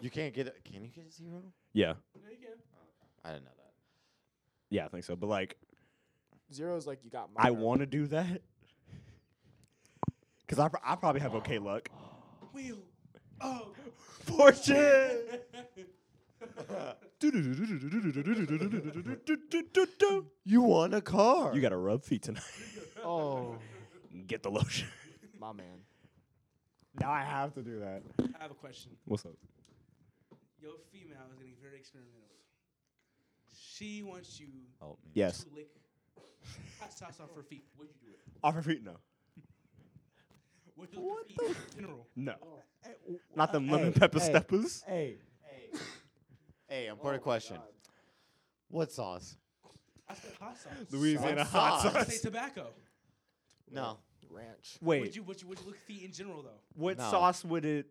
[SPEAKER 3] you can't get. A, can you get a zero?
[SPEAKER 1] Yeah,
[SPEAKER 2] There you go.
[SPEAKER 3] I didn't know that.
[SPEAKER 1] yeah, I think so. But like,
[SPEAKER 4] Zero's like, you got my.
[SPEAKER 1] I want to do that. Cause I, pr- I probably have okay luck.
[SPEAKER 2] Wheel. Oh.
[SPEAKER 1] Fortune.
[SPEAKER 3] You won a car.
[SPEAKER 1] You gotta rub feet tonight.
[SPEAKER 4] Oh,
[SPEAKER 1] Get the lotion.
[SPEAKER 4] my man.
[SPEAKER 1] Now I have to do that.
[SPEAKER 2] I have a question.
[SPEAKER 1] What's up?
[SPEAKER 2] Your female is getting very experimental. She wants you
[SPEAKER 3] help me.
[SPEAKER 1] Yes.
[SPEAKER 2] to lick hot sauce off her feet. Would you do it?
[SPEAKER 1] Off her feet? No.
[SPEAKER 2] Would you what feet in general?
[SPEAKER 1] No. Not the
[SPEAKER 3] hey,
[SPEAKER 1] lemon pepper
[SPEAKER 3] hey.
[SPEAKER 1] steppers.
[SPEAKER 3] Hey, hey, hey! Important question. What sauce?
[SPEAKER 2] I said hot sauce.
[SPEAKER 1] Louisiana
[SPEAKER 3] Sauce.
[SPEAKER 1] hot
[SPEAKER 3] Sauce.
[SPEAKER 2] I
[SPEAKER 1] sauce.
[SPEAKER 2] say tobacco.
[SPEAKER 3] No.
[SPEAKER 4] Ranch.
[SPEAKER 2] Would
[SPEAKER 1] Wait,
[SPEAKER 2] you, would you would you lick feet in general though?
[SPEAKER 1] what
[SPEAKER 3] No.
[SPEAKER 1] sauce would it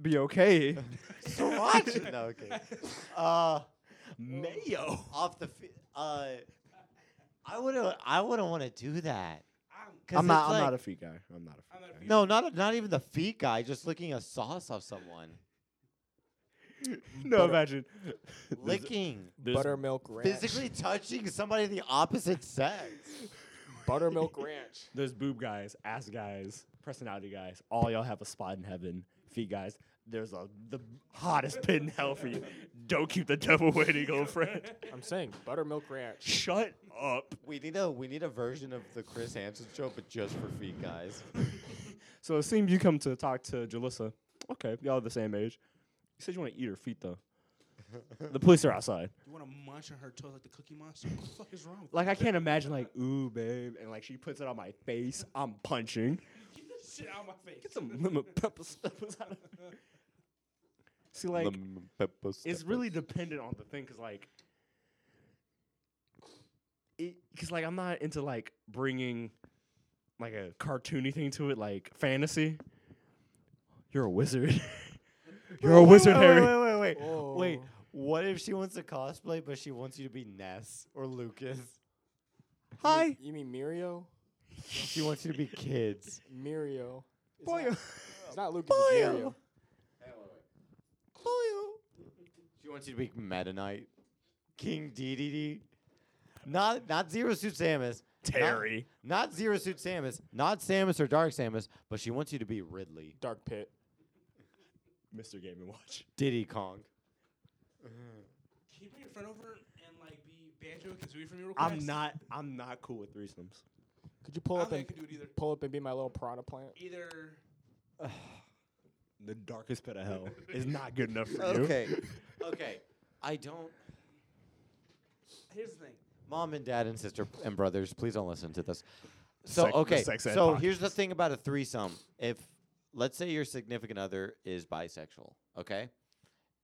[SPEAKER 1] be okay?
[SPEAKER 3] Sriracha. no, okay. Uh,
[SPEAKER 1] Mayo.
[SPEAKER 3] off the. Fi- uh, I wouldn't. I wouldn't want to do that.
[SPEAKER 2] I'm
[SPEAKER 3] 'Cause it's like-
[SPEAKER 1] feet guy. I'm not a
[SPEAKER 2] I'm not a feet
[SPEAKER 3] No, not not even the feet guy. Just licking a sauce off someone,
[SPEAKER 1] No,
[SPEAKER 4] Butter-
[SPEAKER 1] imagine.
[SPEAKER 3] licking,
[SPEAKER 1] There's-
[SPEAKER 4] Buttermilk ranch.
[SPEAKER 3] physically touching somebody of the opposite sex.
[SPEAKER 4] Buttermilk ranch.
[SPEAKER 1] There's boob guys, ass guys, personality guys. All y'all have a spot in heaven. Feet guys. There's a the hottest pit in hell for you. Don't keep the devil waiting, old friend.
[SPEAKER 4] I'm saying buttermilk ranch.
[SPEAKER 1] Shut up.
[SPEAKER 3] We need a we need a version of the Chris Hansen show, but just for feet guys.
[SPEAKER 1] So it seems you come to talk to Jalissa. Okay, y'all are the same age. You said you want to eat her feet though. the police are outside.
[SPEAKER 2] You want to munch on her toes like the Cookie Monster? What the fuck is wrong? With
[SPEAKER 1] Like I can't imagine like, ooh, babe, and like she puts it on my face. I'm punching.
[SPEAKER 2] you? Get this shit out of my face.
[SPEAKER 1] Get some lemon pepper steppers out of See, like it's really dependent on the thing, cause like, it, cause like I'm not into like bringing like a cartoony thing to it, like fantasy. You're a wizard. You're a wizard,
[SPEAKER 3] wait,
[SPEAKER 1] Harry.
[SPEAKER 3] Wait, wait, wait, wait.
[SPEAKER 4] Oh.
[SPEAKER 3] Wait, What if she wants to cosplay, but she wants you to be Ness or Lucas?
[SPEAKER 4] Hi. You mean Mirio?
[SPEAKER 3] She wants you to be kids.
[SPEAKER 4] Mirio. It's
[SPEAKER 3] Boyo.
[SPEAKER 4] Not, it's not Lucas. It's Mirio.
[SPEAKER 3] She wants you to be Meta Knight, King DDD. Not not Zero Suit Samus.
[SPEAKER 1] Terry.
[SPEAKER 3] Not, not Zero Suit Samus. Not Samus or Dark Samus, but she wants you to be Ridley,
[SPEAKER 4] Dark Pit.
[SPEAKER 1] Mr. Game and Watch.
[SPEAKER 3] Diddy Kong.
[SPEAKER 2] Can you bring your friend over and like be banjo and kazooie for me real quick?
[SPEAKER 1] I'm not. I'm not cool with threesomes.
[SPEAKER 4] Could you
[SPEAKER 2] I
[SPEAKER 4] pull
[SPEAKER 2] don't
[SPEAKER 4] up and
[SPEAKER 2] think I can do it either.
[SPEAKER 4] pull up and be my little Prada plant?
[SPEAKER 2] Either
[SPEAKER 1] The darkest pit of hell is not good enough for you.
[SPEAKER 3] Okay. okay. I don't.
[SPEAKER 2] here's the thing.
[SPEAKER 3] Mom and dad and sister and brothers, please don't listen to this. So
[SPEAKER 1] Sex- the
[SPEAKER 3] okay.
[SPEAKER 1] sex ed
[SPEAKER 3] So here's the
[SPEAKER 1] podcast.
[SPEAKER 3] thing about a threesome. If let's say your significant other is bisexual, okay,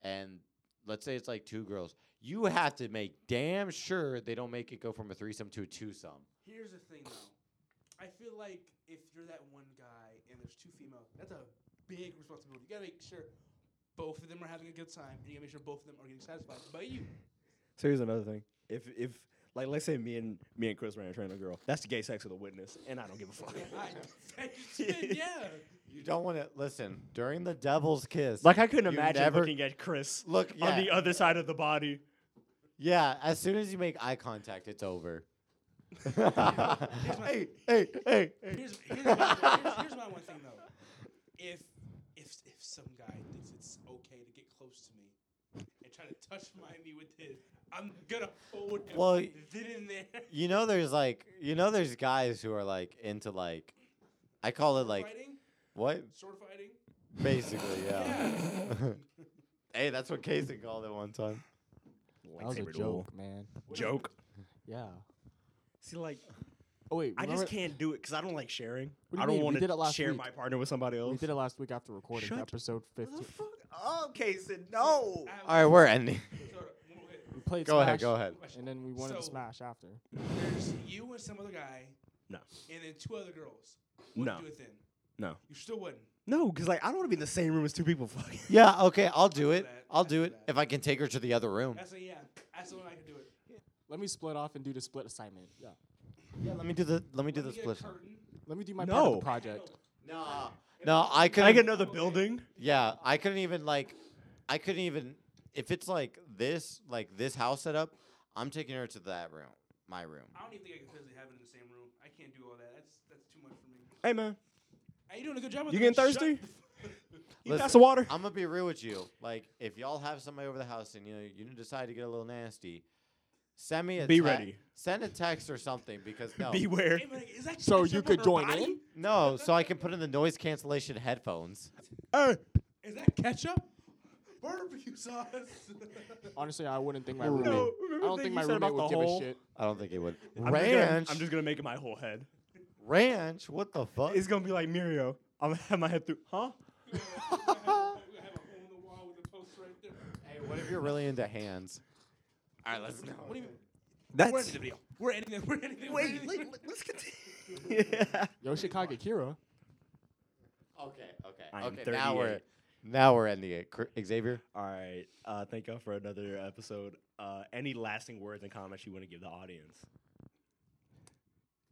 [SPEAKER 3] and let's say it's like two girls, you have to make damn sure they don't make it go from a threesome to a twosome.
[SPEAKER 2] Here's the thing though. I feel like if you're that one guy and there's two females, that's a big responsibility. You gotta make sure both of them are having a good time, and you gotta make sure both of them are getting satisfied by you.
[SPEAKER 1] So here's another thing. If if like let's say me and me and Chris ran a train a girl, that's the gay sex of the witness, and I don't give a fuck.
[SPEAKER 2] I, yeah.
[SPEAKER 3] You don't want to listen during the devil's kiss.
[SPEAKER 1] like I couldn't
[SPEAKER 3] You
[SPEAKER 1] imagine
[SPEAKER 3] never-
[SPEAKER 1] looking at Chris
[SPEAKER 3] look, yeah,
[SPEAKER 1] on the other side of the body.
[SPEAKER 3] yeah. As soon as you make eye contact, it's over. hey, hey, hey, hey.
[SPEAKER 2] Here's, here's, my, here's, here's my one thing though. If if if some guy thinks it's okay to get close to me and try to touch my me with his, I'm gonna hold him.
[SPEAKER 3] Well,
[SPEAKER 2] then and there.
[SPEAKER 3] You know, there's like, you know, there's guys who are like into like, I call it like
[SPEAKER 2] fighting,
[SPEAKER 3] what?
[SPEAKER 2] sword fighting.
[SPEAKER 3] Basically, yeah.
[SPEAKER 2] Yeah.
[SPEAKER 3] hey, that's what Kason called it one time.
[SPEAKER 4] That was a
[SPEAKER 1] Lightsaber duel.
[SPEAKER 4] joke, man.
[SPEAKER 1] Joke.
[SPEAKER 4] Yeah.
[SPEAKER 1] See, like
[SPEAKER 4] Oh wait,
[SPEAKER 1] I
[SPEAKER 4] remember-
[SPEAKER 1] just can't do it because I don't like sharing.
[SPEAKER 4] What do you
[SPEAKER 1] I don't
[SPEAKER 4] mean? We
[SPEAKER 1] want
[SPEAKER 4] did it
[SPEAKER 1] to
[SPEAKER 4] last
[SPEAKER 1] share
[SPEAKER 4] week.
[SPEAKER 1] my partner with somebody else.
[SPEAKER 4] we did it last week after recording
[SPEAKER 1] Shut
[SPEAKER 4] episode fifteen.
[SPEAKER 1] Oh, Kason, no.
[SPEAKER 2] I have-
[SPEAKER 3] All right, we're ending.
[SPEAKER 2] so, one more hit.
[SPEAKER 4] We played
[SPEAKER 3] go ahead,
[SPEAKER 4] Smash,
[SPEAKER 3] go ahead.
[SPEAKER 2] Question.
[SPEAKER 4] And then we wanted to
[SPEAKER 2] So-
[SPEAKER 4] smash after.
[SPEAKER 2] There's you and some other guy.
[SPEAKER 1] No.
[SPEAKER 2] And then two other girls. What
[SPEAKER 1] No.
[SPEAKER 2] do you do it then?
[SPEAKER 1] No.
[SPEAKER 2] You still wouldn't.
[SPEAKER 1] No, because like I don't want to be in the same room as two people fucking.
[SPEAKER 3] Yeah, okay, I'll do
[SPEAKER 2] feel
[SPEAKER 3] it.
[SPEAKER 2] that.
[SPEAKER 3] I'll
[SPEAKER 2] I
[SPEAKER 3] do
[SPEAKER 2] feel
[SPEAKER 3] it
[SPEAKER 2] that.
[SPEAKER 3] if I can take her to the other room.
[SPEAKER 2] That's a, yeah. That's the one I could do it.
[SPEAKER 4] Let me split off and do the split assignment. Yeah.
[SPEAKER 3] Yeah, let me do the let me do
[SPEAKER 2] Let
[SPEAKER 3] the
[SPEAKER 2] me get a
[SPEAKER 3] split.
[SPEAKER 2] curtain.
[SPEAKER 4] Let me do my part of
[SPEAKER 1] No.
[SPEAKER 4] the project.
[SPEAKER 3] No, no, I
[SPEAKER 1] Can I
[SPEAKER 3] couldn't.
[SPEAKER 1] get another building?
[SPEAKER 3] yeah, I couldn't even like, I couldn't even if it's like this, like this house setup. I'm taking her to that room, my room.
[SPEAKER 2] I don't even think I can physically have it in the same room. I can't do all that. That's that's too much for me.
[SPEAKER 1] Hey man,
[SPEAKER 2] Hey, you doing a good
[SPEAKER 1] You
[SPEAKER 2] job. with
[SPEAKER 1] getting
[SPEAKER 2] that.
[SPEAKER 1] thirsty?
[SPEAKER 2] Shut the f-
[SPEAKER 1] you
[SPEAKER 3] Listen,
[SPEAKER 1] got some water?
[SPEAKER 3] I'm gonna be real with you. Like, if y'all have somebody over the house and you know you decide to get a little nasty, send me a
[SPEAKER 1] Be
[SPEAKER 3] te-
[SPEAKER 1] ready.
[SPEAKER 3] Send a text or something because no,
[SPEAKER 1] Beware.
[SPEAKER 2] Hey, man, is that
[SPEAKER 4] So
[SPEAKER 2] ketchup
[SPEAKER 4] you
[SPEAKER 2] on
[SPEAKER 4] could
[SPEAKER 2] her
[SPEAKER 4] join
[SPEAKER 2] body?
[SPEAKER 4] in?
[SPEAKER 3] no, so I can put in the noise cancellation headphones.
[SPEAKER 1] Hey,
[SPEAKER 2] Is that ketchup? Barbecue sauce.
[SPEAKER 4] Honestly, I wouldldn't think my
[SPEAKER 1] No,
[SPEAKER 4] roommate. I
[SPEAKER 1] remember
[SPEAKER 4] don't
[SPEAKER 1] the
[SPEAKER 4] think
[SPEAKER 1] thing
[SPEAKER 4] my
[SPEAKER 1] you said
[SPEAKER 4] roommate
[SPEAKER 1] about
[SPEAKER 4] would
[SPEAKER 1] the
[SPEAKER 4] give
[SPEAKER 1] hole?
[SPEAKER 4] a shit.
[SPEAKER 3] I don't think it would.
[SPEAKER 1] I'm just gonna-
[SPEAKER 3] ranch,
[SPEAKER 1] I'm just gonna make it my whole head.
[SPEAKER 3] ranch. What the fuck?
[SPEAKER 1] It's gonna be like Mirio. I'm gonna have my head through, huh?
[SPEAKER 3] hey, what if you're really into hands? All right, let's go.
[SPEAKER 2] What do you mean? We're ending
[SPEAKER 1] That's
[SPEAKER 2] the video. We're ending it. We're ending it.
[SPEAKER 1] wait.
[SPEAKER 2] We're
[SPEAKER 1] Let,
[SPEAKER 2] ending it.
[SPEAKER 1] us continue.
[SPEAKER 4] Yoshikage Kira.
[SPEAKER 3] Okay, okay,
[SPEAKER 1] I am
[SPEAKER 3] okay. Now we're
[SPEAKER 1] 38.
[SPEAKER 3] now we're ending it. Cr- Xavier,
[SPEAKER 1] All right. Uh, thank y'all for another episode. Uh, any lasting words and comments you want to give the audience?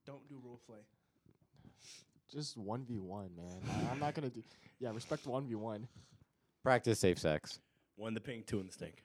[SPEAKER 2] Don't do role play.
[SPEAKER 4] Just one v one, man. I- I'm not gonna do. Yeah, respect one v one.
[SPEAKER 3] practice safe sex.
[SPEAKER 1] One the pink, two in the stink.